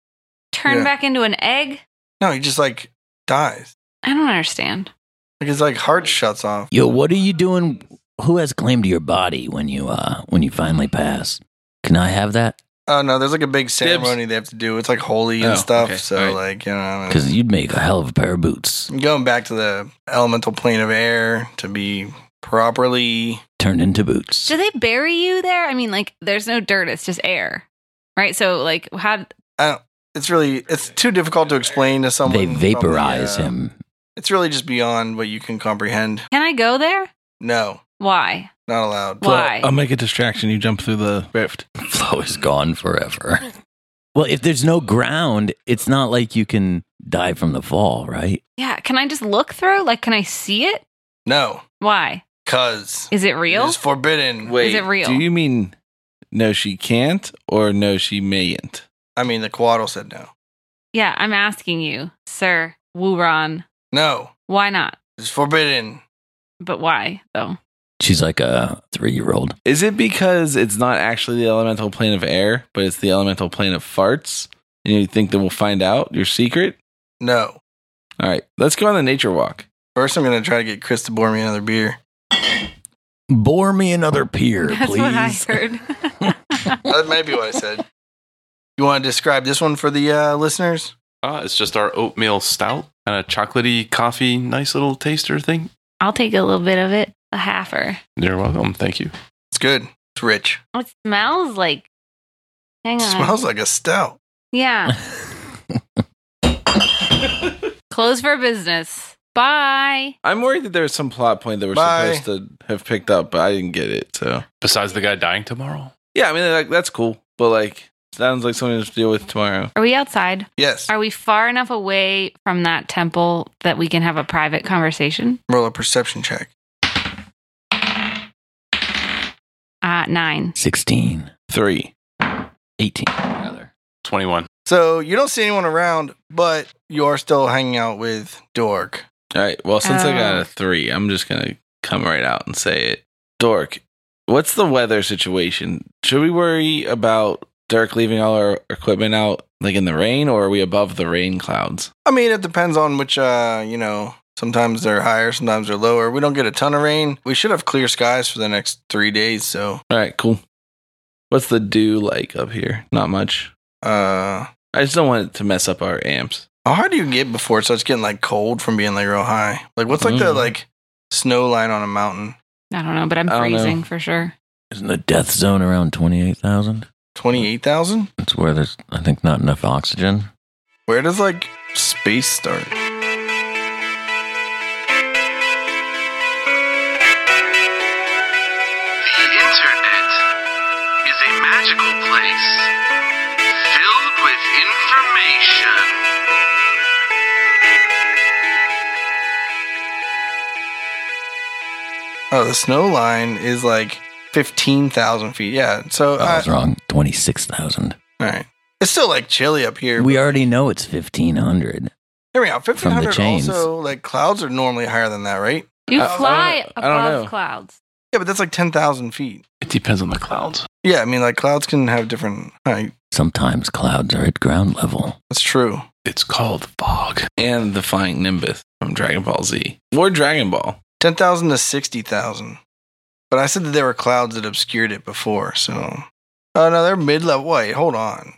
Turn Yeah. back into an egg? No, he just like dies. I don't understand. Like his like heart shuts off. Yo, what are you doing? Who has claim to your body when you uh when you finally pass? Can I have that? Oh no, there's like a big ceremony they have to do. It's like holy Oh, and stuff. okay. So All right. like you know, I don't know. Because you'd make a hell of a pair of boots. going back to the elemental plane of air to be properly. Turned into boots. Do they bury you there? I mean, like, there's no dirt, it's just air. Right? So, like, how. It's really it's too difficult to explain to someone. They from the, vaporize uh, him. It's really just beyond what you can comprehend. Can I go there? No, Why? not allowed. Well- Why? I'll make a distraction. You jump through the rift. Flo is gone forever. Well, if there's no ground, it's not like you can die from the fall, right? Yeah. Can I just look through? Like, can I see it? No, Why? cause Is it real? It's forbidden. Wait, it real? Do you mean no, she can't or no, she mayn't? I mean, the Quaddle said no. Yeah, I'm asking you, sir Wuron. No, Why not? it's forbidden. But why, though? She's like a three year old. Is it because it's not actually the elemental plane of air, but it's the elemental plane of farts? And you think that we'll find out your secret? No. All right, let's go on the nature walk. First, I'm gonna try to get Chris to bore me another beer. Bore me another peer, That's please. what I heard. That might be what I said. You want to describe this one for the uh, listeners? Uh, it's just our oatmeal stout and a chocolatey coffee, nice little taster thing. I'll take a little bit of it. A halfer. You're welcome. Thank you. It's good. It's rich. It smells like Hang on. Smells like a stout. yeah. Close for business. Bye. I'm worried that there's some plot point that we're Bye. supposed to have picked up, but I didn't get it. So Besides the guy dying tomorrow. yeah, I mean like that's cool, but like sounds like something to deal with tomorrow. Are we outside? Yes. Are we far enough away from that temple that we can have a private conversation? Roll a perception check. Uh, nine. 16, Three. 18, rather. 21. So you don't see anyone around, but you are still hanging out with Dork. All right. Well, since I got Oh. a three, I'm just gonna come right out and say it. Dork, what's the weather situation? Should we worry about Dirk leaving all our equipment out like in the rain, or are we above the rain clouds? I mean, it depends on which, uh, you know, sometimes they're higher, sometimes they're lower. We don't get a ton of rain. We should have clear skies for the next three days. So, All right, cool. What's the dew like up here? Not much. uh, I just don't want it to mess up our amps. how hard do you get before it starts getting like cold from being like real high? Like, what's like the Mm. like snow line on a mountain? I don't know, but I'm I don't know. freezing for sure. Isn't the death zone around 28,000? 28,000? That's where there's, I think, not enough oxygen. Where does like space start? The internet is a magical place filled with information. Oh, the snow line is like 15,000 feet. Yeah. So, Oh, I uh, was wrong. 26,000. all right. It's still like chilly up here. We already know it's 1,500. Here we are. Fifteen From the hundred. chains. Also, like clouds are normally higher than that, right? You I- I fly don't- I don't know. above clouds. Yeah, but that's like ten thousand feet. It depends on the clouds. Yeah, I mean, like clouds can have different height. Sometimes clouds are at ground level. That's true. It's called fog. And the flying Nimbus from Dragon Ball Z or Dragon Ball. Ten thousand to sixty thousand. But I said that there were clouds that obscured it before. So, oh no, they're mid level. Wait, hold on.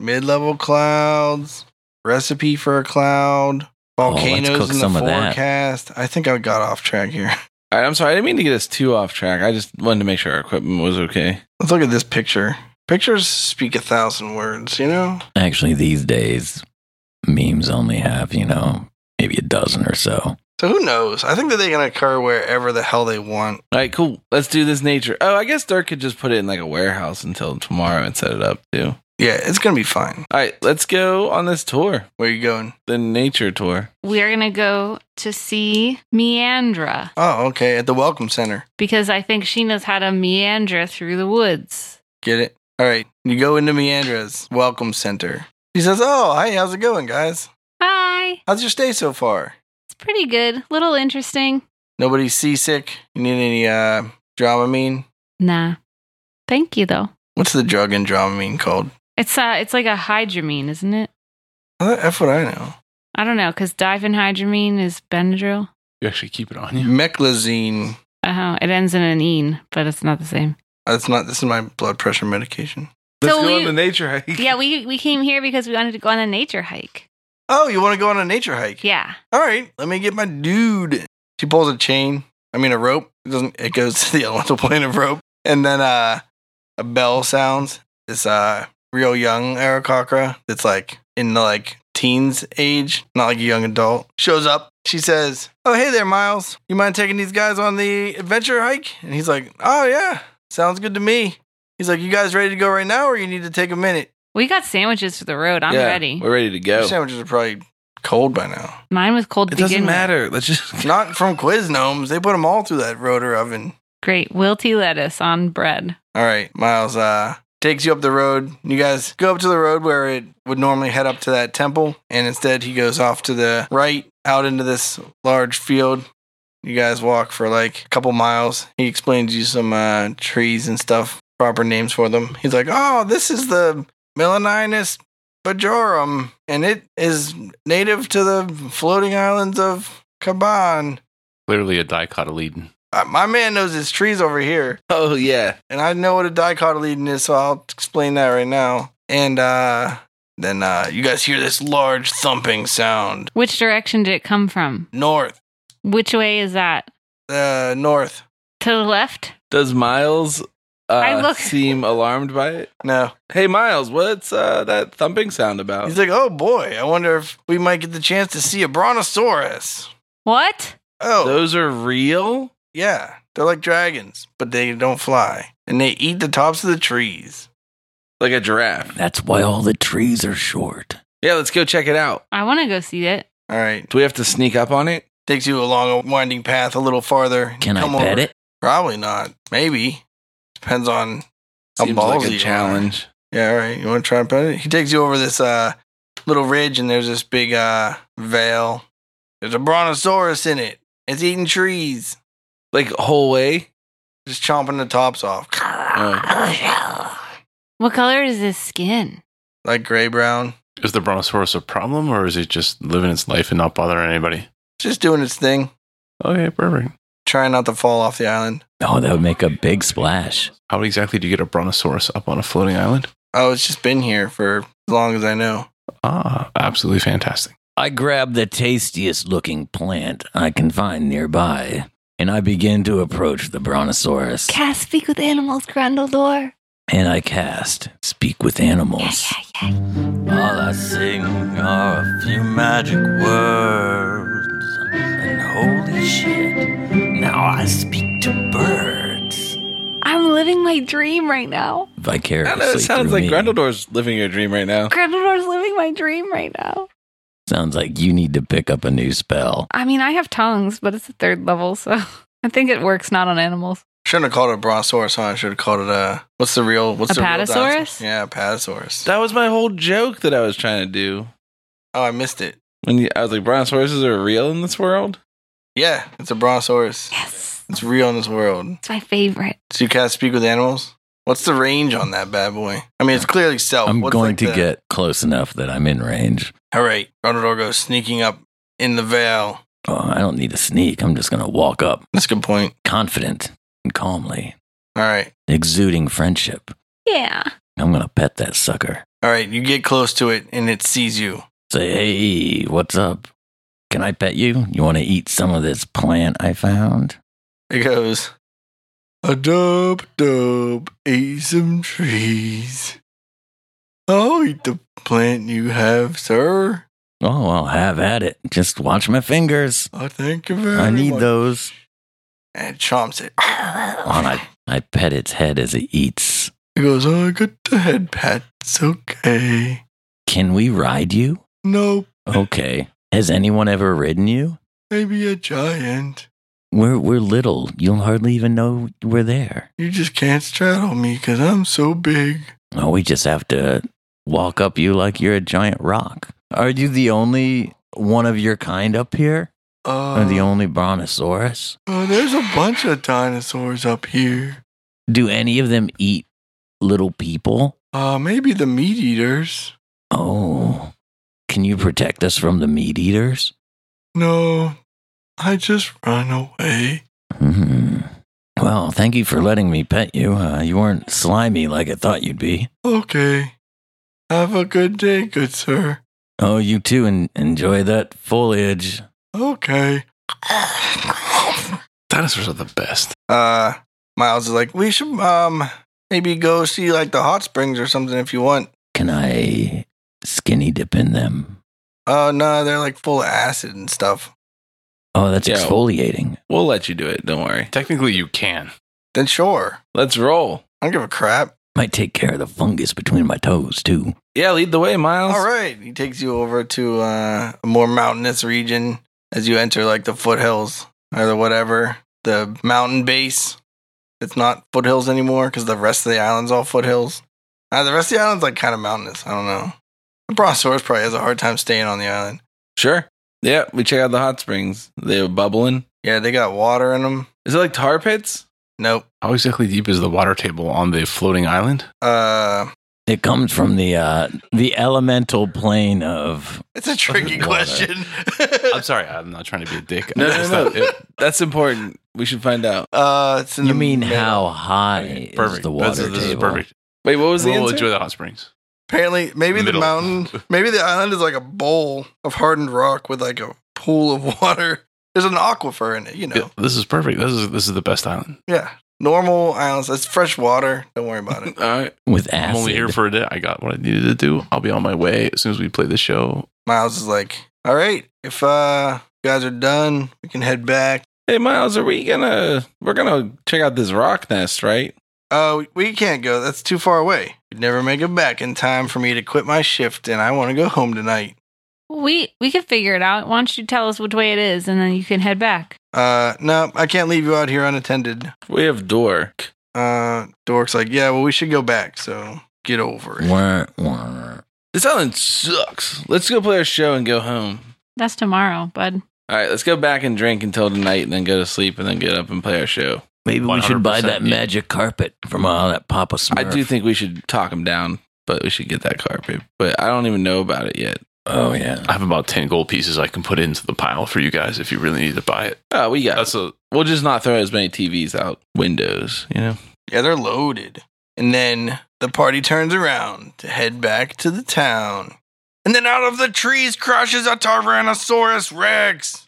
Mid level clouds. Recipe for a cloud. Oh, let's Volcanoes cook in the some of that. forecast. I think I got off track here. All right, I'm sorry. I didn't mean to get us too off track. I just wanted to make sure our equipment was okay. Let's look at this picture. Pictures speak a thousand words. You know. Actually, these days, memes only have, you know, maybe a dozen or so. So who knows? I think that they can occur wherever the hell they want. All right, cool. Let's do this nature. Oh, I guess Dirk could just put it in like a warehouse until tomorrow and set it up too. Yeah, it's gonna be fine. All right, let's go on this tour, Where you going? the nature tour. We're going to go to see Meandra Oh, okay, at the Welcome Center. because I think she knows how to meander through the woods. Get it? All right, you go into Meandra's Welcome Center. She says, "Oh, hi, how's it going, guys? Hi. How's your stay so far? It's pretty good. Little interesting. Nobody seasick? You need any uh Dramamine? Nah. Thank you though. What's the drug in Dramamine called? It's uh it's like a hydramine, isn't it? Uh, That's what I know. I don't know cuz diphenhydramine is Benadryl. You actually keep it on you. Meclizine. Oh, it ends in an "ine," but it's not the same. That's not. This is my blood pressure medication. Let's So go we- on the nature hike. Yeah, we we came here because we wanted to go on a nature hike. Oh, you want to go on a nature hike? Yeah. All right, let me get my dude. She pulls a chain. I mean, a rope. It doesn't. It goes to the elemental plane of rope, and then uh, a bell sounds. This uh, real young Arakakra that's like in the like teens age, not like a young adult, shows up. She says, "Oh, hey there, Miles. You mind taking these guys on the adventure hike?" And he's like, "Oh yeah, sounds good to me." He's like, "You guys ready to go right now, or you need to take a minute?" We got sandwiches for the road. I'm Yeah, ready. We're ready to Your go. sandwiches are probably cold by now. Mine was cold to It begin doesn't with. matter. Let's just. Not from Quiz Gnomes. They put them all through that rotor oven. Great. Wilty lettuce on bread. All right, Miles uh, takes you up the road. You guys go up to the road where it would normally head up to that temple, and instead he goes off to the right out into this large field. You guys walk for like a couple miles. He explains you some uh, trees and stuff, proper names for them. He's like, "Oh, this is the Melaninus bajorum, and it is native to the floating islands of Kaban." Clearly a dicotyledon. Uh, my man knows his trees over here. Oh yeah. and I know what a dicotyledon is, so I'll explain that right now. And uh, then uh, you guys hear this large thumping sound. Which direction did it come from? North, Which way is that? uh, north. To the left? Does Miles I uh, look- seem alarmed by it? No, Hey Miles, what's uh, that thumping sound about? he's like, oh boy, I wonder if we might get the chance to see a brontosaurus. What? Oh, Those are real. yeah, they're like dragons, but they don't fly, and they eat the tops of the trees. Like a giraffe. That's why all the trees are short. Yeah, let's go check it out. I want to go see it. All right, Do we have to sneak up on it? takes you along a winding path a little farther. Can I Come pet over. it? Probably not. Maybe depends on how Seems like ballsy a you are. challenge. Yeah, all right. You want to try and pet it? He takes you over this uh, little ridge, and there's this big uh, veil. There's a brontosaurus in it. It's eating trees, Like whole way. just chomping the tops off. What color is his skin? Like gray brown, Is the brontosaurus a problem or is it just living its life and not bothering anybody? just doing its thing, Okay, perfect. trying not to fall off the island. Oh, that would make a big splash. How exactly do you get a brontosaurus up on a floating island? Oh, it's just been here for as long as I know. Ah, absolutely fantastic. I grab the tastiest looking plant I can find nearby, and I begin to approach the brontosaurus. Cast speak with animals, Grundledor. and I cast Speak with Animals. All I sing are a few magic words. And holy shit, now I speak to birds. I'm living my dream right now. I don't Vicariously. know. It sounds through like me. Grendeldor's living your dream right now. Grundledor's living my dream right now. Sounds like you need to pick up a new spell. I mean, I have tongues, but it's a third level, so I think it works not on animals. Shouldn't have called it a brontosaurus, huh? I should have called it a what's the real what's A the real dinosaur? patasaurus? Yeah, patasaurus. That was my whole joke that I was trying to do. oh, I missed it. When you, I was like, brontosauruses are real in this world. Yeah, it's a brontosaurus. Yes. It's real in this world. It's my favorite. So you can't speak with animals? What's the range on that bad boy? I mean, it's clearly self. I'm Oh, What's, going like, to the- get close enough that I'm in range. All right. Ronaldor goes sneaking up in the veil. Oh, I don't need to sneak. I'm just going to walk up, That's a good point. confident and calmly, All right. exuding friendship. Yeah. I'm going to pet that sucker. All right. You get close to it and it sees you. Say, hey, what's up? Can I pet you? You want to eat some of this plant I found? It goes, A dub dub ate some trees. I'll eat the plant you have, sir. Oh, I'll have at it. Just watch my fingers. I thank you very I need much." those. And it chomps it. Oh, and I, I pet its head as it eats. He goes, Oh, I got the head pat. It's okay. Can we ride you? Nope, Okay. Has anyone ever ridden you? maybe a giant. We're we're little. You'll hardly even know we're there. You just can't straddle me because I'm so big. Oh, we just have to walk up you like you're a giant rock. Are you the only one of your kind up here? Uh, Or the only brontosaurus? uh, there's a bunch of dinosaurs up here. Do any of them eat little people? Uh, maybe the meat eaters. Oh. Can you protect us from the meat eaters? No, I just run away. Hmm. Well, thank you for letting me pet you. Uh, you weren't slimy like I thought you'd be. Okay. Have a good day, good sir. Oh, you too, and enjoy that foliage. Okay. Dinosaurs are the best. Uh, Miles is like, we should um maybe go see like the hot springs or something if you want. Can I skinny dip in them? Oh no, they're like full of acid and stuff. Oh, that's Yeah. exfoliating. We'll let you do it. Don't worry. Technically, you can. Then sure, Let's roll. I don't give a crap. Might take care of the fungus between my toes, too. Yeah, lead the way, Miles. All right, he takes you over to uh, a more mountainous region as you enter like the foothills or the whatever the mountain base. It's not foothills anymore because the rest of the island's all foothills. Uh, the rest of the island's like kind of mountainous. I don't know. The brontosaurus probably has a hard time staying on the island. Sure. Yeah, we check out the hot springs. They were bubbling. Yeah, they got water in them. Is it like tar pits? Nope. How exactly deep is the water table on the floating island? Uh, It comes from the uh, the elemental plane of it's a tricky Water. question. I'm sorry, I'm not trying to be a dick. No, I no, just no. thought it- That's important. We should find out. uh, it's in You the mean middle. how high okay, is the water this is, this table? is perfect. Wait, what was the We'll answer? enjoy the hot springs. Apparently, maybe Middle. the mountain, maybe the island is like a bowl of hardened rock with like a pool of water. There's an aquifer in it, you know. Yeah, this is perfect. This is this is the best island. Yeah. Normal islands, it's fresh water. Don't worry about it. All right, With acid. I'm only here for a day. I got what I needed to do. I'll be on my way as soon as we play the show. Miles is like, all right, if uh, you guys are done, we can head back. Hey, Miles, are we gonna? We're gonna check out this rock nest, right? Uh, we, we can't go. That's too far away. You'd never make it back in time for me to quit my shift, and I want to go home tonight. We we can figure it out. Why don't you tell us which way it is, and then you can head back. Uh, no, I can't leave you out here unattended. We have Dork. Uh, Dork's like, yeah, well, we should go back, so get over it. Wah, wah. This island sucks. Let's go play our show and go home. That's tomorrow, bud. All right, let's go back and drink until tonight, and then go to sleep, and then get up and play our show. Maybe we should buy 100%, that yeah. magic carpet from all that Papa Smurf. I do think we should talk him down, but we should get that carpet. But I don't even know about it yet. Oh yeah. I have about ten gold pieces I can put into the pile for you guys if you really need to buy it. Oh, we got. That's a we'll just not throw as many TVs out windows. You know. Yeah, they're loaded. And then the party turns around to head back to the town. And then out of the trees crashes a Tyrannosaurus Rex.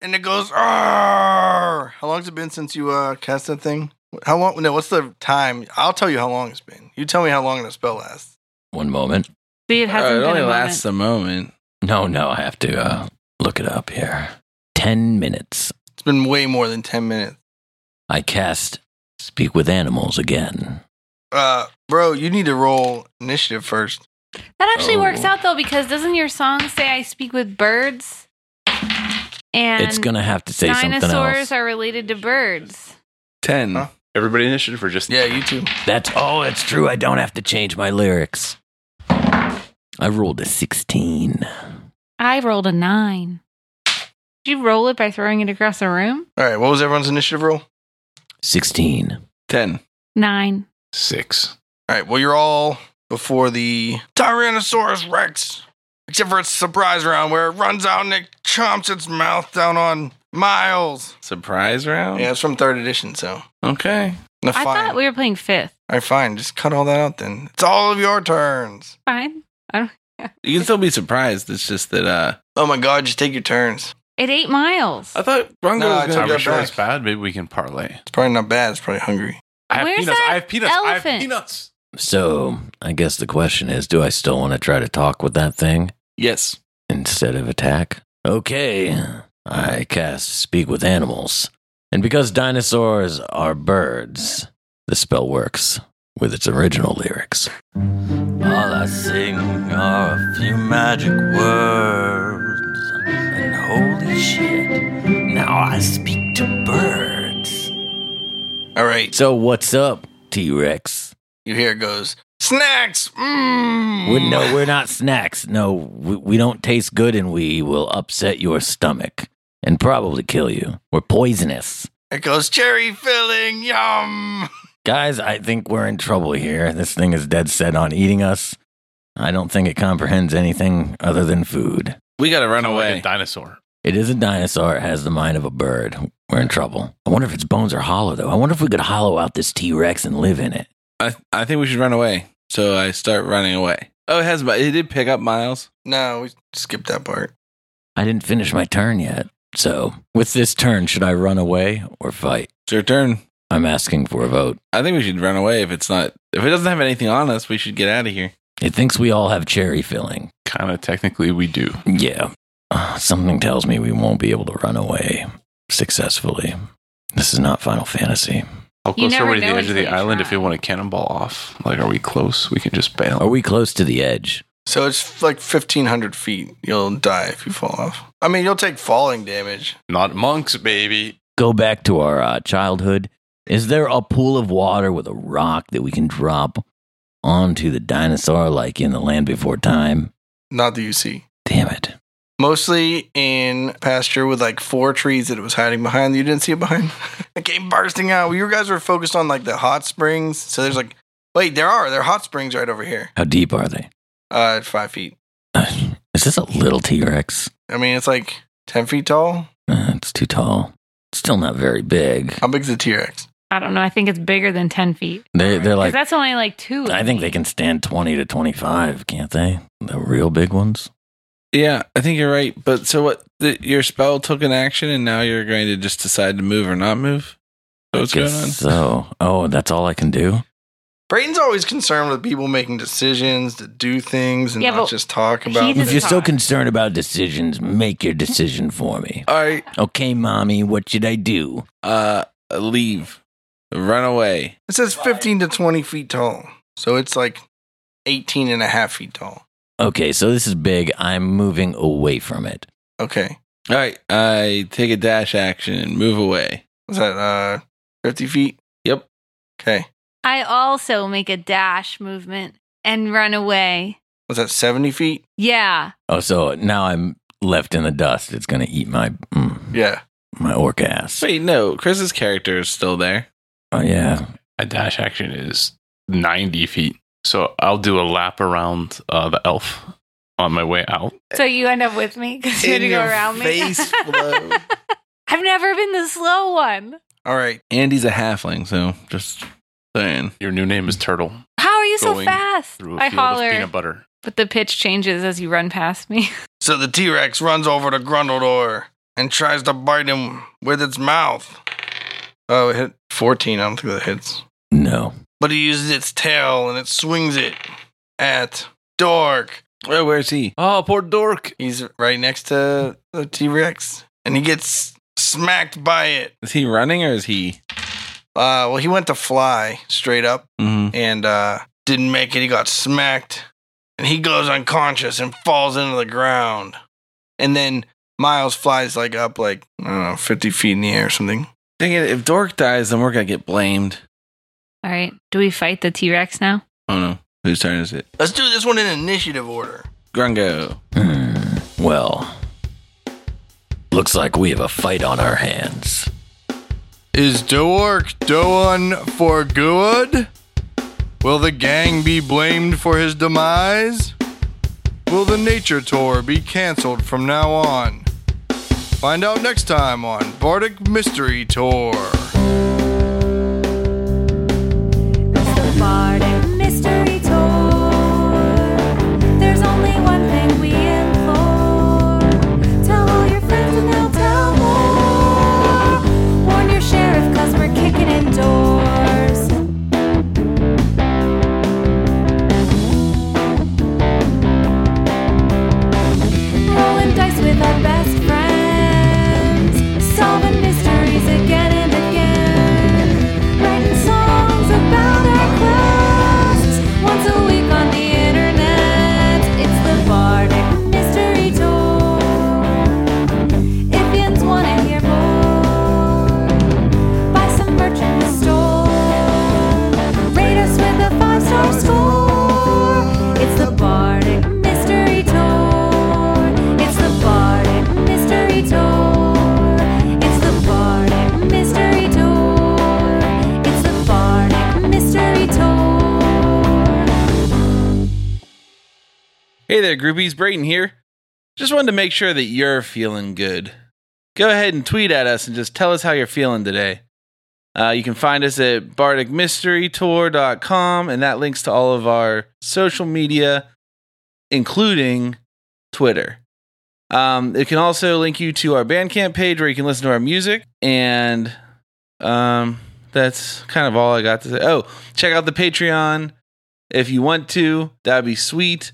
And it goes, Arr! How long's it been since you uh, cast that thing? How long? No, what's the time? I'll tell you how long it's been. You tell me how long the spell lasts. One moment. See, it hasn't Uh, it been only a lasts moment. a moment. No, no, I have to uh, look it up here. Ten minutes. It's been way more than 10 minutes. I cast Speak with Animals again. Uh, bro, you need to roll initiative first. That actually Oh. works out though, because doesn't your song say "I speak with birds"? And it's gonna have to say something dinosaurs else. are related to birds. Ten. Huh? everybody initiative for just Yeah, you too. That's oh, that's true. I don't have to change my lyrics. I rolled a sixteen. I rolled a nine. Did you roll it by throwing it across the room? All right, what was everyone's initiative roll? Sixteen. Ten. Nine. six. All right. Well, you're all before the Tyrannosaurus Rex, except for its surprise round where it runs out and it chomps its mouth down on Miles. Surprise round. Yeah, it's from third edition, so. Okay. No, I fine. thought we were playing fifth. all right, fine. Just cut all that out then. It's all of your turns. Fine. You can still be surprised. It's just that uh Oh my God, just take your turns. It eight miles. I thought Bronco No, was it's gonna okay. Are go we sure back. it's bad? Maybe we can parlay. It's probably not bad. It's probably hungry. I have Where's peanuts. that I have peanuts. I elephant? have peanuts. So I guess the question is, do I still want to try to talk with that thing Yes. instead of attack? Okay. I cast Speak with Animals, and because dinosaurs are birds, the spell works. with its original lyrics. All I sing are a few magic words, and holy shit, now I speak to birds. All right, So, what's up, T Rex? you hear it goes snacks. Mm. We're, no, we're not snacks. No, we, we don't taste good, and we will upset your stomach and probably kill you. We're poisonous. It goes cherry filling. Yum. Guys, I think we're in trouble here. This thing is dead set on eating us. I don't think it comprehends anything other than food. We gotta run away. Like a dinosaur. It is a dinosaur. It has the mind of a bird. We're in trouble. I wonder if its bones are hollow, though. I wonder if we could hollow out this T Rex and live in it. I, I think we should run away. So I start running away. Oh, it has. mi- It did pick up miles. No, we skipped that part. I didn't finish my turn yet. So, with this turn, should I run away or fight? It's your turn. I'm asking for a vote. I think we should run away if it's not. If it doesn't have anything on us, we should get out of here. It thinks we all have cherry filling. Kind of technically, we do. Yeah. Uh, something tells me we won't be able to run away successfully. This is not Final Fantasy. How You close are never we to the know edge of the until you island if try. you want to cannonball off? Like, are we close? We can just bail. Oh, Are we close to the edge? So it's like 1,500 feet. You'll die if you fall off. I mean, you'll take falling damage. Not monks, baby. go back to our uh, childhood. Is there a pool of water with a rock that we can drop onto the dinosaur like in the land before time? Not that you see. Damn it. Mostly in pasture with like four trees that it was hiding behind. You didn't see it behind. it came bursting out. You guys were focused on like the hot springs. So there's like, wait, there are. There are hot springs right over here. How deep are they? Uh, at five feet. Is this a little T Rex? I mean, it's like 10 feet tall. Uh, it's too tall. It's still not very big. How big's the T Rex? I don't know. I think it's bigger than 10 feet. They, they're 'Cause like, that's only like two. I think they can stand 20 to 25, can't they? The real big ones? Yeah, I think you're right. But so what? The, your spell took an action, and now you're going to just decide to move or not move. So what's going on? Guess so. Oh, that's all I can do? Brayden's always concerned with people making decisions to do things and Yeah, not but just talk he about This If is you're things. so hard. concerned about decisions, make your decision for me. All right, Okay, mommy, what should I do? uh, leave, run away. It says 15 to 20 feet tall. So it's like 18 and a half feet tall. Okay, so this is big. I'm moving away from it. Okay. All right, I take a dash action and move away. Was that uh 50 feet? Yep. Okay. I also make a dash movement and run away. Was that 70 feet? Yeah. Oh, so now I'm left in the dust. It's gonna eat my mm, Yeah. my orc ass. Wait, no, Chris's character is still there. Oh yeah, A dash action is 90 feet. So I'll do a lap around uh, the elf on my way out. So you end up with me because you had to go around face, me. Flo. I've never been the slow one. All right. Andy's a halfling, so just saying. Your new name is Turtle. How are you so Going fast? Through a I field of holler, peanut butter. but the pitch changes as you run past me. So the T Rex runs over to Grundledor and tries to bite him with its mouth. Oh, it hit 14. I don't think that hits. no. But it uses its tail and it swings it at Dork. Oh, where's he? Oh, poor dork. He's right next to the T Rex, and he gets smacked by it. Is he running or is he? Uh, well, he went to fly straight up Mm-hmm. and uh, didn't make it. He got smacked, and he goes unconscious and falls into the ground. And then Miles flies like up like I don't know, fifty feet in the air or something. Dang it! If Dork dies, then we're gonna get blamed. All right. Do we fight the T Rex now? Oh no, whose turn is it? Let's do this one in initiative order. Grungo. Hmm. Well, looks like we have a fight on our hands. Is Dork doing for good? Will the gang be blamed for his demise? Will the nature tour be canceled from now on? Find out next time on Bardic Mystery Tour. It's the Bardic Mystery Tour. There's only one thing we implore. Tell all your friends and they'll tell more. Warn your sheriff cause we're kicking in doors. Rolling dice with our best friends. Solving mysteries again and again writing songs about our club. Hey there, groupies. Brayden here. Just wanted to make sure that you're feeling good. Go ahead and tweet at us and just tell us how you're feeling today. Uh, you can find us at bardicmysterytour.com, and that links to all of our social media, including Twitter. Um, it can also link you to our Bandcamp page where you can listen to our music. And um, that's kind of all I got to say. Oh, check out the Patreon if you want to. That'd be sweet.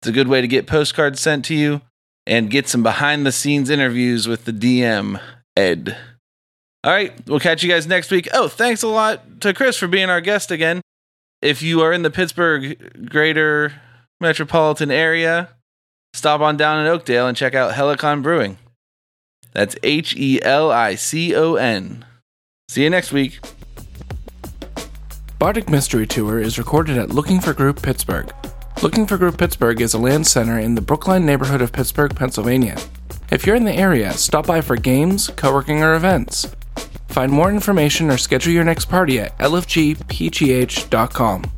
It's a good way to get postcards sent to you and get some behind the scenes interviews with the DM, Ed. All right, we'll catch you guys next week. Oh, thanks a lot to Chris for being our guest again. If you are in the Pittsburgh greater metropolitan area, stop on down in Oakdale and check out Helicon Brewing. That's H E L I C O N. See you next week. Bardic Mystery Tour is recorded at Looking for Group Pittsburgh. Looking for Group Pittsburgh is a land center in the Brookline neighborhood of Pittsburgh, Pennsylvania. If you're in the area, stop by for games, co working, or events. Find more information or schedule your next party at lfgpgh.com.